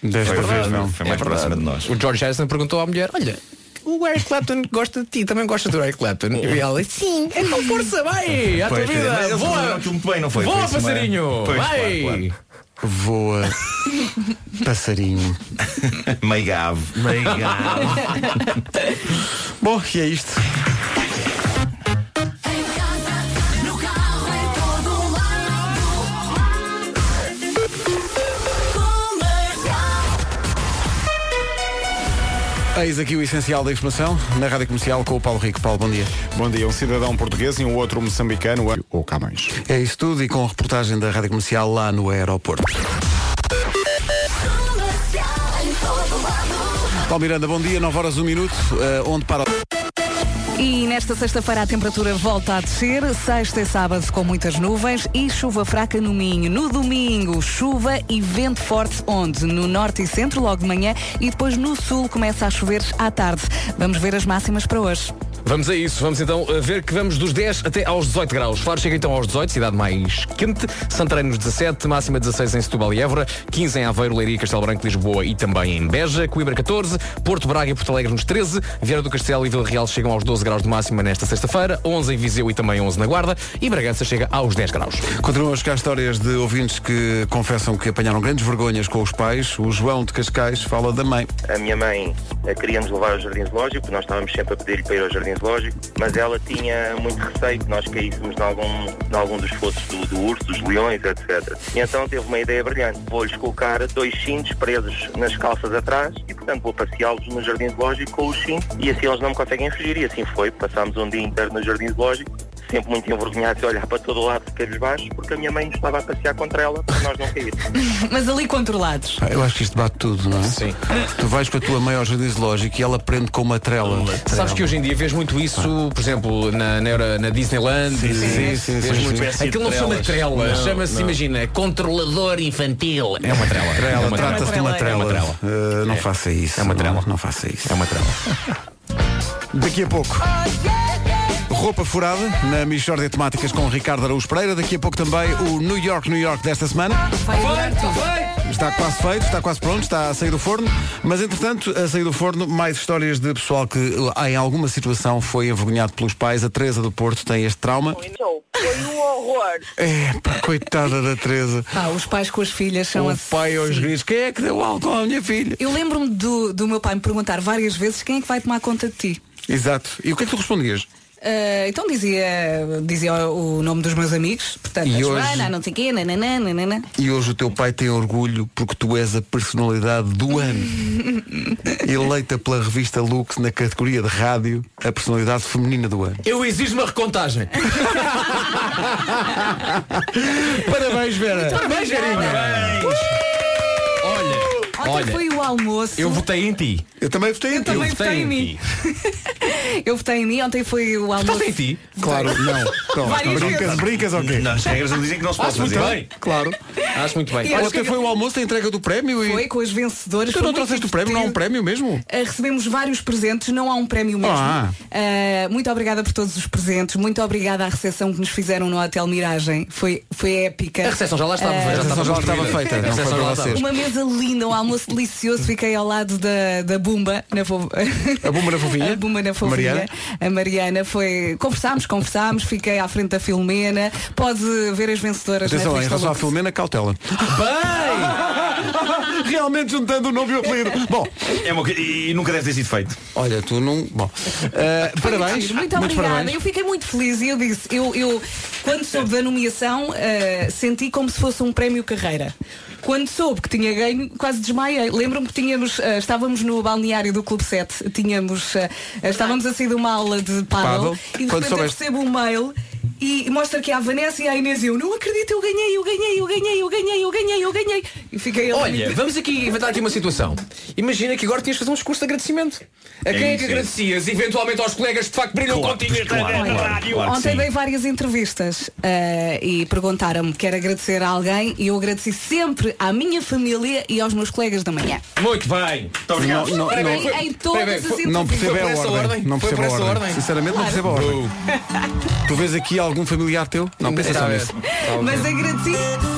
Desta foi, vez foi- não. Foi mais É próxima de nós. O George Harrison perguntou à mulher, olha, o Eric Clapton gosta de ti, também gosta do Eric Clapton. E ela, sim, então força, vai, à tua Pois, mas vida, eles resolveram voa, aquilo muito bem, não foi? Foi voa isso uma- passarinho, Pois, claro, vai. claro. Voa. Passarinho. Meio gave. Meio Bom, e é isto. Eis aqui o essencial da informação na Rádio Comercial com o Paulo Rico. Paulo, bom dia. Bom dia, um cidadão português e um outro moçambicano ou Camões. É isso tudo e com a reportagem da Rádio Comercial lá no aeroporto. Paulo Miranda, bom dia, 9 horas 1 minuto, eh, onde para... E nesta sexta-feira a temperatura volta a descer, sexta e sábado com muitas nuvens e chuva fraca no Minho. No domingo, chuva e vento forte onde? No norte e centro logo de manhã e depois no sul começa a chover à tarde. Vamos ver as máximas para hoje. Vamos a isso, vamos então a ver que vamos dos 10 até aos 18 graus. Faro chega então aos 18, cidade mais quente. Santarém nos 17, máxima 16 em Setúbal e Évora, 15 em Aveiro, Leiria, Castelo Branco, Lisboa e também em Beja, Coimbra 14, Porto Braga e Porto Alegre nos 13, Vieira do Castelo e Vila Real chegam aos 12 graus de máxima nesta sexta-feira, 11 em Viseu e também 11 na Guarda e Bragança chega aos 10 graus. Continuam a chegar histórias de ouvintes que confessam que apanharam grandes vergonhas com os pais. O João de Cascais fala da mãe. A minha mãe eh, queria-nos levar ao Jardim Zoológico, nós estávamos sempre a pedir-lhe para ir ao Jardim Zoológico, mas ela tinha muito receio que nós caíssemos em algum, em algum dos fossos do, do urso, dos leões, etc. E então teve uma ideia brilhante. Vou-lhes colocar dois cintos presos nas calças atrás e, portanto, vou passeá-los no Jardim Zoológico com os cintos e assim eles não me conseguem fugir. E assim foi. Passámos um dia inteiro no Jardim Zoológico, sempre muito envergonhados a olhar para todo lado de cabelos baixos, porque a minha mãe nos estava a passear contra ela para nós não cairmos. Mas ali controlados. Pá, Ah, Eu acho que isto bate tudo, não é? Sim. Tu vais com a tua mãe ao jardim zoológico e ela prende com uma trela. Sabes que hoje em dia vês muito isso, por exemplo, na, na, Euro- na Disneyland. Sim, sim, sim, sim, vês sim, muito. sim. Espécie de Aquilo não chama trelas. trela, Não, chama-se, não. imagina, é controlador infantil. É uma trela. Trela, É uma trata-se de uma É trela. uma trela. Eh, não faça isso. É uma trela. Não, não faça isso. É uma trela. Daqui a pouco. Roupa furada na Michórdia de Temáticas com Ricardo Araújo Pereira. Daqui a pouco também o New York, New York desta semana. Ah, Está quase feito, está quase pronto, está a sair do forno. Mas, entretanto, a sair do forno, mais histórias de pessoal que eh, em alguma situação foi envergonhado pelos pais. A Teresa do Porto tem este trauma. Foi um horror. É, pá, coitada da Teresa. Pá, os pais com as filhas são O assim. pai aos gritos, quem é que deu álcool à minha filha? Eu lembro-me do, do meu pai me perguntar várias vezes quem é que vai tomar conta de ti. Exato. E o que é que tu respondias? Ah, então dizia, dizia o nome dos meus amigos, portanto, E a hoje- Joana, não sei quê, nananã, nananã. E hoje o teu pai tem orgulho porque tu és a personalidade do ano. Eleita pela revista Lux na categoria de rádio, a personalidade feminina do ano. Eu exijo uma recontagem. Parabéns, Vera. Parabéns, Verinha. Olha, Ontem olha. foi o almoço. Eu votei em ti. Eu também votei Eu também votei em mim. Eu votei em mim, ontem foi o almoço. Votei em ti? Claro, não. Várias vezes. brincas ou quê? Não, as regras dizem que não se pode Acho muito fazer. bem. Claro. Acho muito bem. E acho Ontem que- foi o almoço da entrega do prémio e. Foi com as vencedoras. Tu foi não muito trouxeste o prémio? Não há um prémio mesmo? Uh, recebemos vários presentes, não há um prémio mesmo. Ah. Uh, muito obrigada por todos os presentes, muito obrigada à recepção que nos fizeram no Hotel Miragem. Foi, foi épica. A recepção já lá estava, Uh, já É. A recepção já estava estava construída. feita, A não foi recepção para já estava. vocês. Uma mesa linda, um almoço delicioso. Fiquei ao lado da, da Bumba na fo... A Bumba na Fofinha? A Bumba na Fofinha. Mariana? A Mariana foi. Conversámos, conversámos, fiquei à frente da Filomena. Pode ver as vencedoras é? Atenção, é na em revista relação à Lux. Filomena, cautela. Bem! Realmente juntando o nome e o apelido. Bom, É uma coisa- e nunca deve ter sido feito. olha, tu não. Bom. eh, parabéns. Muito obrigada. parabéns. Eu fiquei muito feliz e eu disse, eu, eu quando soube da nomeação, eh, senti como se fosse um prémio carreira. Quando soube que tinha ganho, quase desmaiei. Lembro-me que tínhamos, ah, estávamos no balneário do Clube 7, tínhamos, ah, ah, estávamos a sair de uma aula de paddle Paddle. e de Quando repente eu soubeste? recebo um mail e mostra que há a Vanessa e a Inês e eu não acredito, eu ganhei, eu ganhei, eu ganhei, eu ganhei, eu ganhei, eu ganhei. E fiquei ali. Olha, vamos aqui inventar aqui uma situação. Imagina que agora tinhas de fazer um discurso de agradecimento. A É quem é isso, que é agradecias? Eventualmente aos colegas que de facto brilham contigo nesta claro, rádio. Ontem dei várias entrevistas eh, e perguntaram-me quer agradecer a alguém e eu agradeci sempre à minha família e aos meus colegas da manhã. Muito bem. Muito Não, obrigado. não, Espera não, aí, foi- em todas espera aí, as foi- não percebo Foi a por essa ordem. Não Foi percebo por a essa ordem. ordem. Sinceramente, não percebo a ordem. Tu vês aqui algum familiar teu? Não pensa só Talvez. nisso. Mas agradeci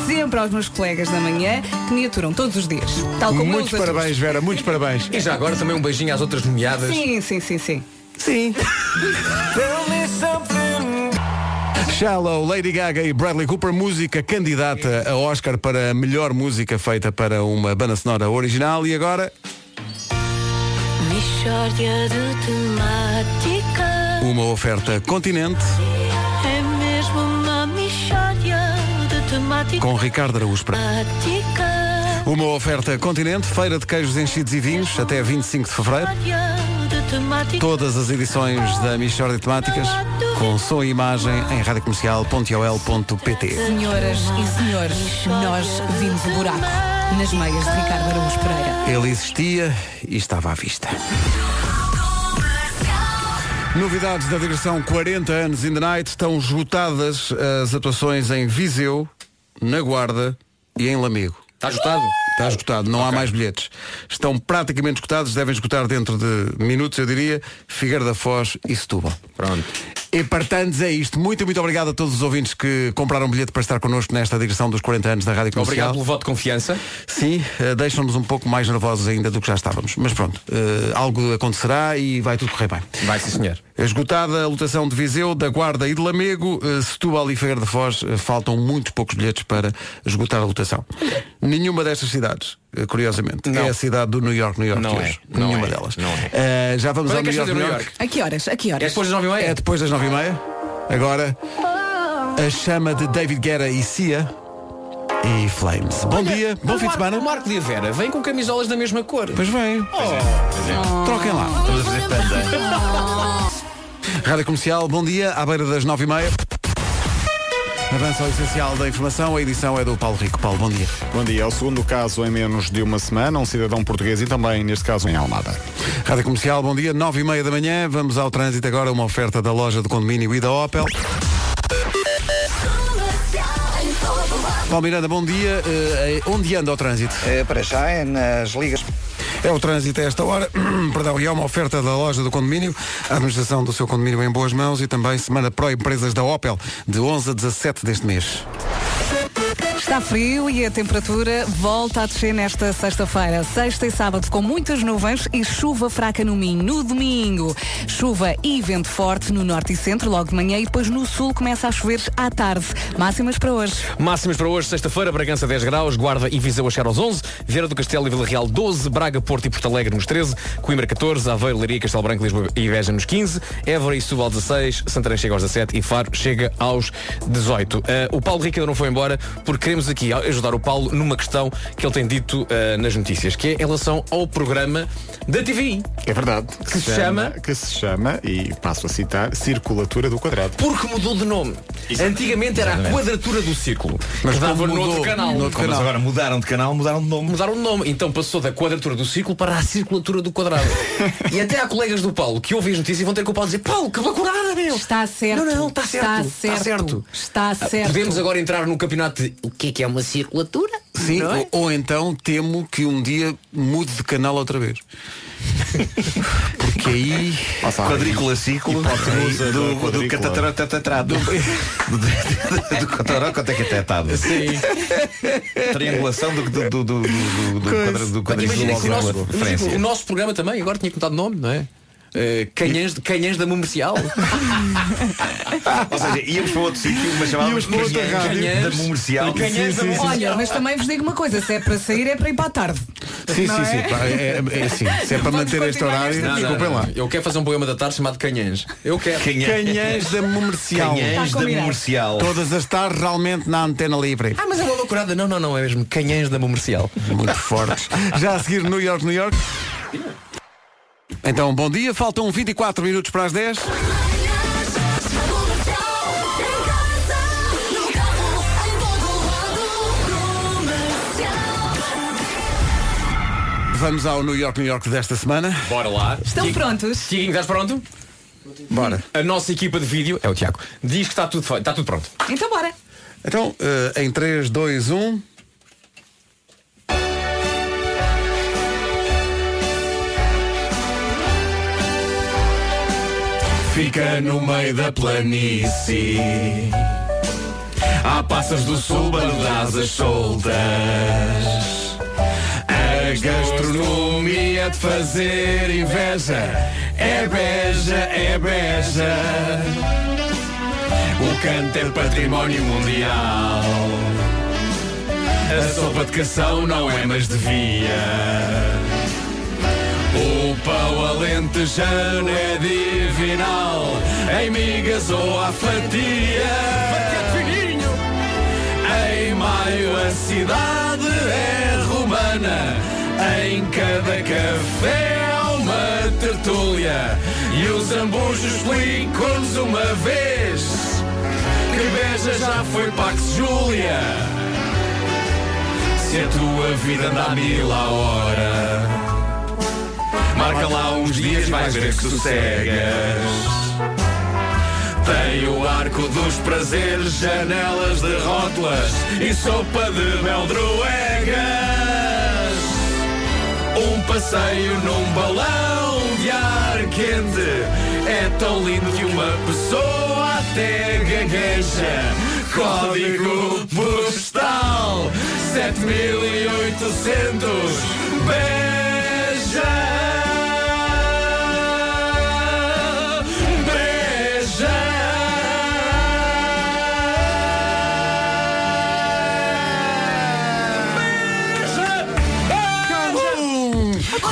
sempre aos meus colegas da manhã que me aturam todos os dias. Tal como eu os Muitos aturo. parabéns, Vera, muitos parabéns. E já agora também um beijinho às outras nomeadas. Sim, sim, sim, sim. Sim. Shallow, Lady Gaga e Bradley Cooper, música candidata a Oscar para a melhor música feita para uma banda sonora original. E agora, Mixórdia de temáticas uma oferta continente É mesmo uma mixórdia de temáticas com Ricardo Araújo Pereira. Temáticas Uma oferta continente, feira de queijos enchidos e vinhos até 25 de fevereiro. de temáticas Todas as edições da Michórdia de Temáticas com som e imagem em radiocomercial.ol.pt Senhoras e senhores, nós vimos o buraco nas meias de Ricardo Araújo Pereira. Ele existia e estava à vista. Novidades da digressão 40 anos in the night estão esgotadas as atuações em Viseu, na Guarda e em Lamego. Está esgotado? Está esgotado, não há mais bilhetes. Estão praticamente esgotados, devem esgotar dentro de minutos, eu diria, Figueira da Foz e Setúbal. Pronto. E portanto é isto. Muito, muito obrigado a todos os ouvintes que compraram um bilhete para estar connosco nesta digressão dos 40 anos da Rádio Comercial. Obrigado pelo voto de confiança. Sim, eh, deixam-nos um pouco mais nervosos ainda do que já estávamos. Mas pronto, eh, algo acontecerá e vai tudo correr bem. Vai, sim, senhor. Esgotada a lotação de Viseu, da Guarda e de Lamego, eh, Setúbal e Figueira da Foz, eh, faltam muito poucos bilhetes para esgotar a lotação. Nenhuma destas cidades, eh, curiosamente, é a cidade do New York, New York Não de hoje. Nenhuma delas. Eh, já vamos Quando ao é que New queres York, fazer New New York. A que horas? A que horas? É depois das nove e meia. Agora, a chama de David Guerra e Cia e Flames. Bom dia, bom fim de semana. O Marco de Vera vem com camisolas da mesma cor. Pois vem. Troquem lá. Estamos a fazer panda. Rádio Comercial, bom dia, à beira das nove e meia. Avança ao essencial da informação, a edição é do Paulo Rico. Paulo, bom dia. Bom dia. É o segundo caso em menos de uma semana, um cidadão português e também, neste caso, em Almada. Rádio Comercial, bom dia, nove e meia da manhã, vamos ao trânsito agora, uma oferta da loja do condomínio e da Opel. Paulo Miranda, bom dia. Eh, eh, onde anda o trânsito? para já é nas ligas. É o trânsito a esta hora, perdão, e é uma oferta da loja do condomínio, a administração do seu condomínio em boas mãos e também Semana Pro Empresas da Opel, de 11 a 17 deste mês. Está frio e a temperatura volta a descer nesta sexta-feira. Sexta e sábado com muitas nuvens e chuva fraca no Minho. No domingo, chuva e vento forte no norte e centro logo de manhã e depois no sul começa a chover à tarde. Máximas para hoje. Máximas para hoje, sexta-feira, Bragança 10 graus, Guarda e Viseu a chegar aos 11, Vieira do Castelo e Vila Real 12, Braga, Porto e Porto Alegre nos 13, Coimbra 14, Aveiro, Leiria, Castelo Branco, Lisboa e Veja nos 15, Évora e Setúbal 16, Santarém chega aos 17 e Faro chega aos 18. Eh, o Paulo Rico ainda não foi embora porque queremos aqui ajudar o Paulo numa questão que ele tem dito eh, nas notícias, que é em relação ao programa da TV. É verdade. Que se chama... Que se chama, e passo a citar, Circulatura do Quadrado. Porque mudou de nome. Antigamente era a quadratura do círculo. Mas que dava como no mudou- outro canal. no outro Mas canal. agora mudaram de canal, mudaram de nome. Mudaram de nome. Então passou da quadratura do círculo para a circulatura do quadrado. e até há colegas do Paulo que ouvem as notícias e vão ter com o Paulo dizer Paulo, que bacurada, meu! Está certo. Não, não, está certo. Está certo. Está Ah, certo. Podemos agora entrar num campeonato de o que é que é uma circulatura? Sim, Não é? ou, ou então temo que um dia mude de canal outra vez. Porque aí. Quadrícula ciclo Hipotenusa da do, do quadrícula. catatará tatatá, do- do- do cataró quanto é que é tetado. Sim. Triangulação do, do, do, do, do, do quadra- do Mas quadrícula imagina que o é nosso, da imagina referência. que o nosso programa também, agora tinha que mudar de nome, não é? Eh, canhões, canhões da Mumercial. Ou seja, íamos para outro sítio, mas chamávamos para outra Canhães rádio. da comercial. Canhães da Sim, sim, sim. Olha, mas também vos digo uma coisa, se é para sair é para ir para a tarde. Sim, Não sim, é? sim. pá, É, é, é sim. Se é para Vamos manter este continuar horário, este- Não, não, desculpem não. lá. Eu quero fazer um programa da tarde chamado Canhães. Eu quero. Canhães. Canhães da Comercial. Canhães da Comercial. Todas as tardes realmente na antena livre. Ah, mas é uma loucurada. Não, não, não. É mesmo Canhães da Comercial. Muito fortes. Já a seguir New York, New York. Então, bom dia. Faltam 24 minutos para as 10. Vamos ao New York, New York desta semana. Bora lá. Estão prontos? Tiaguinho, estás pronto? Bora. A nossa equipa de vídeo, é o Tiago, diz que está tudo, fe- está tudo pronto. Então bora. Então, eh, em um. 3, 2, 1. Fica no meio da planície Há passas do súbano de asas soltas A gastronomia de fazer inveja É beja, é beja O canto é património mundial A sopa de cação não é, mas devia o pau alentejano é divinal Em migas ou à fatia Em maio a cidade é romana Em cada café há uma tertúlia E os ambujos licores uma vez Que beija já foi Pax Júlia Se a tua vida anda a mil à hora Marca lá uns dias, vais ver que sossegas. Tem o arco dos prazeres, janelas de rótulas e sopa de meldroegas. Um passeio num balão de ar quente é tão lindo que uma pessoa até gagueja. Código postal 7800 Beija Beija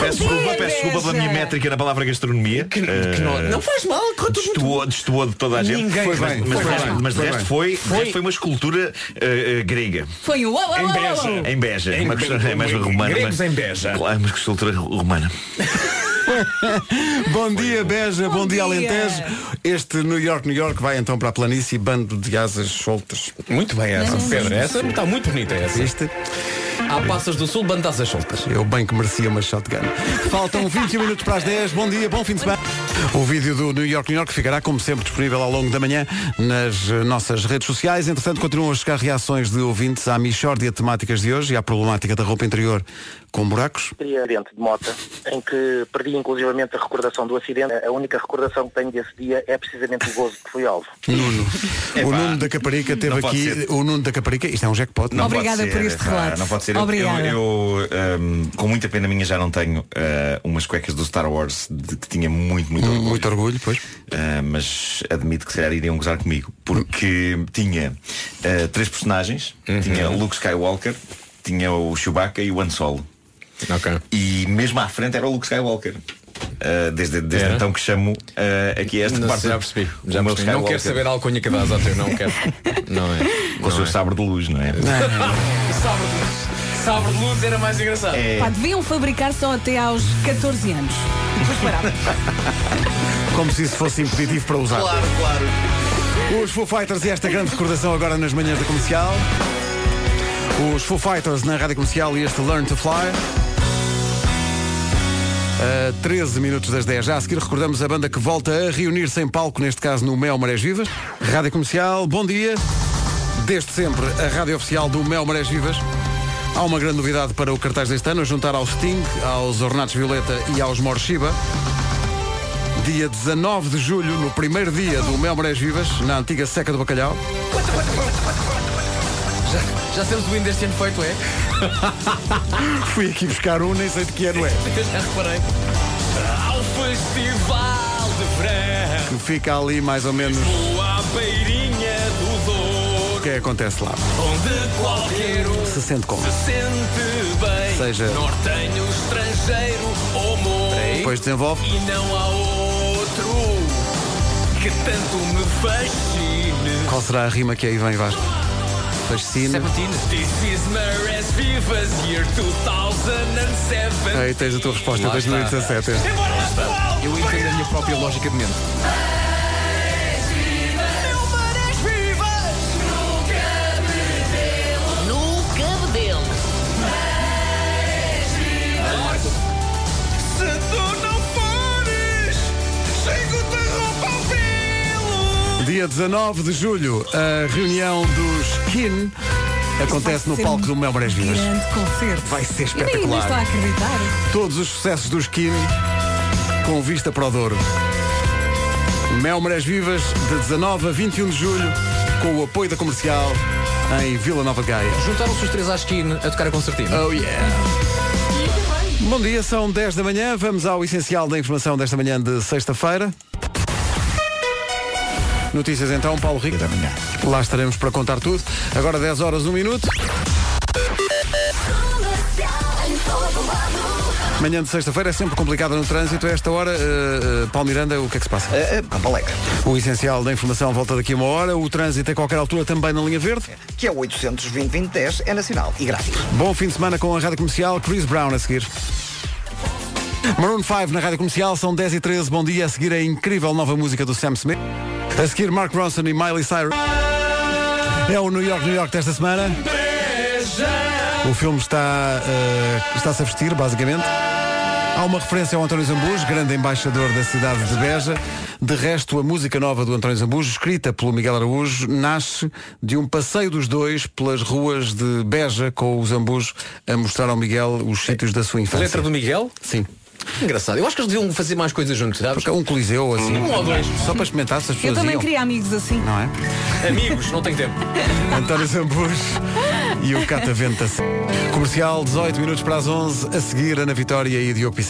Peço desculpa, peço desculpa pela minha métrica na palavra gastronomia. não- não faz mal, conta destoou, destoou de toda a gente. Ninguém- mas, Foi mas, bem, mas, foi de bem. resto- mas de Foi resto bem. foi, de resto foi uma escultura eh, eh, grega. Foi um uau, uau, Em uau, Beja, uau. em Beja, Em uma Be- questão é mais em- romana. gregos mas- em Beja. Claro, uma escultura romana. bom dia, Beja. Bom, Bom dia, dia. Alentejo. Este New York, New York vai então para a planície bando de asas soltas. Muito bem essa, Sim, Pedro. sim, Essa sim. está muito bonita essa. Viste? Há passas do sul, bandas às soltas. Eu bem que merecia uma shotgun. Faltam 20 minutos para as 10. Bom dia, bom fim de semana. O vídeo do New York, New York ficará, como sempre, disponível ao longo da manhã nas eh, nossas redes sociais. Entretanto, continuam a chegar reações de ouvintes à Michórdia de temáticas de hoje e à problemática da roupa interior com buracos. Teria dentro de mota, em que perdi inclusivamente a recordação do acidente. A única recordação que tenho desse dia é precisamente o gozo que fui alvo. Nuno. o Nuno da Caparica teve não pode aqui. ser. O Nuno da Caparica, isto é um jackpot. Não não? Obrigada pode por ser, este pá, relato. Não pode ser. Eu- Obrigada. Eu, eu, hum, com muita pena minha, já não tenho ah, umas cuecas do Star Wars de que tinha muito, muito orgulho. Muito orgulho, pois. Ah, mas admito que se calhar iriam gozar comigo. Porque tinha ah, três personagens. Tinha Luke Skywalker, tinha o Chewbacca e o Han Solo. E mesmo à frente era o Luke Skywalker. Ah, desde desde Era? então que chamo eh, ah, aqui esta Não parte. sei, já percebi, já o meu percebi. Não quero Skywalker. saber a alcunha que dás ao teu, não quero. Não é. Com o seu sabre de luz, não é? Sabre de luz. Sabre de luz era mais engraçado. É. Pá, deviam fabricar só até aos 14 anos. Depois parava. Como se isso fosse impeditivo para usar. Claro, claro. Os Foo Fighters e esta grande recordação agora nas manhãs da comercial. Os Foo Fighters na rádio comercial e este Learn to Fly. A 13 minutos das 10. Já a seguir recordamos a banda que volta a reunir-se em palco, neste caso no Mel Marés Vivas. Rádio Comercial, bom dia. Desde sempre a rádio oficial do Mel Marés Vivas. Há uma grande novidade para o cartaz deste ano, a juntar ao Sting, aos Ornatos Violeta e aos Morshiba. Dia 19 de julho, no primeiro dia do Mel Marés Vivas, na antiga Seca do Bacalhau. Já, já temos o win deste ano feito, é? Fui aqui buscar um, nem sei de que ano é. já reparei. Ao Festival de Verão, Que fica ali mais ou menos à beirinha do Douro. o que acontece lá. Onde qualquer um Se sente como? se sente bem. Seja- Nortenho, estrangeiro ou monge. Depois desenvolve. E não há outro que tanto me fascine. Qual será a rima que aí vem, Vasco? Fascina. This is Mares Vivas, year 2007. Aí tens a tua resposta, Lá 2017. está. Lá está. Eu entendo a minha própria lógica de mente. é No cabedelo. Se tu não fores, chego-te a roupa ao pelo. Dia 19 de julho, a reunião dos KIN acontece no ser palco um do Mel Brás Vivas. Grande concerto. Vai ser Eu nem ainda estou espetacular. a acreditar. Todos os sucessos dos KIN com vista para o Douro. Mel Marés Vivas, de 19 a 21 de julho, com o apoio da comercial em Vila Nova de Gaia. Juntaram-se os três à esquina a tocar a concertina. Oh yeah! Bom dia, são 10 da manhã. Vamos ao essencial da informação desta manhã de sexta-feira. Notícias então, Paulo Rico. Da manhã. Lá estaremos para contar tudo. Agora 10 horas, 1 minuto. Manhã de sexta-feira é sempre complicada no trânsito. A esta hora, eh, eh, Paulo Miranda, o que é que se passa? Eh, O essencial da informação volta daqui a uma hora. O trânsito a qualquer altura também na linha verde. Que é o 820-2010, é nacional e grátis. Bom fim de semana com a Rádio Comercial, Chris Brown a seguir. Maroon 5 na Rádio Comercial, são 10 e 13 bom dia. A seguir a incrível nova música do Sam Smith. A seguir Mark Ronson e Miley Cyrus. É o New York, New York desta semana. O filme está, eh, está-se a vestir, basicamente. Há uma referência ao António Zambujo, grande embaixador da cidade de Beja. De resto, a música nova do António Zambujo, escrita pelo Miguel Araújo, nasce de um passeio dos dois pelas ruas de Beja com o Zambujo a mostrar ao Miguel os sítios da Ah, sua infância. Letra do Miguel? Sim. Engraçado. Eu acho que eles deviam fazer mais coisas juntos, sabes? Um coliseu ou assim. Um ou dois. Só para experimentar se as Eu pessoas também iam. queria amigos assim. Não é? Amigos, não tenho tempo. António Zambujo e o Catavento. Comercial, 18 minutos para as 11. A seguir, Ana Vitória e Diogo Pissarro.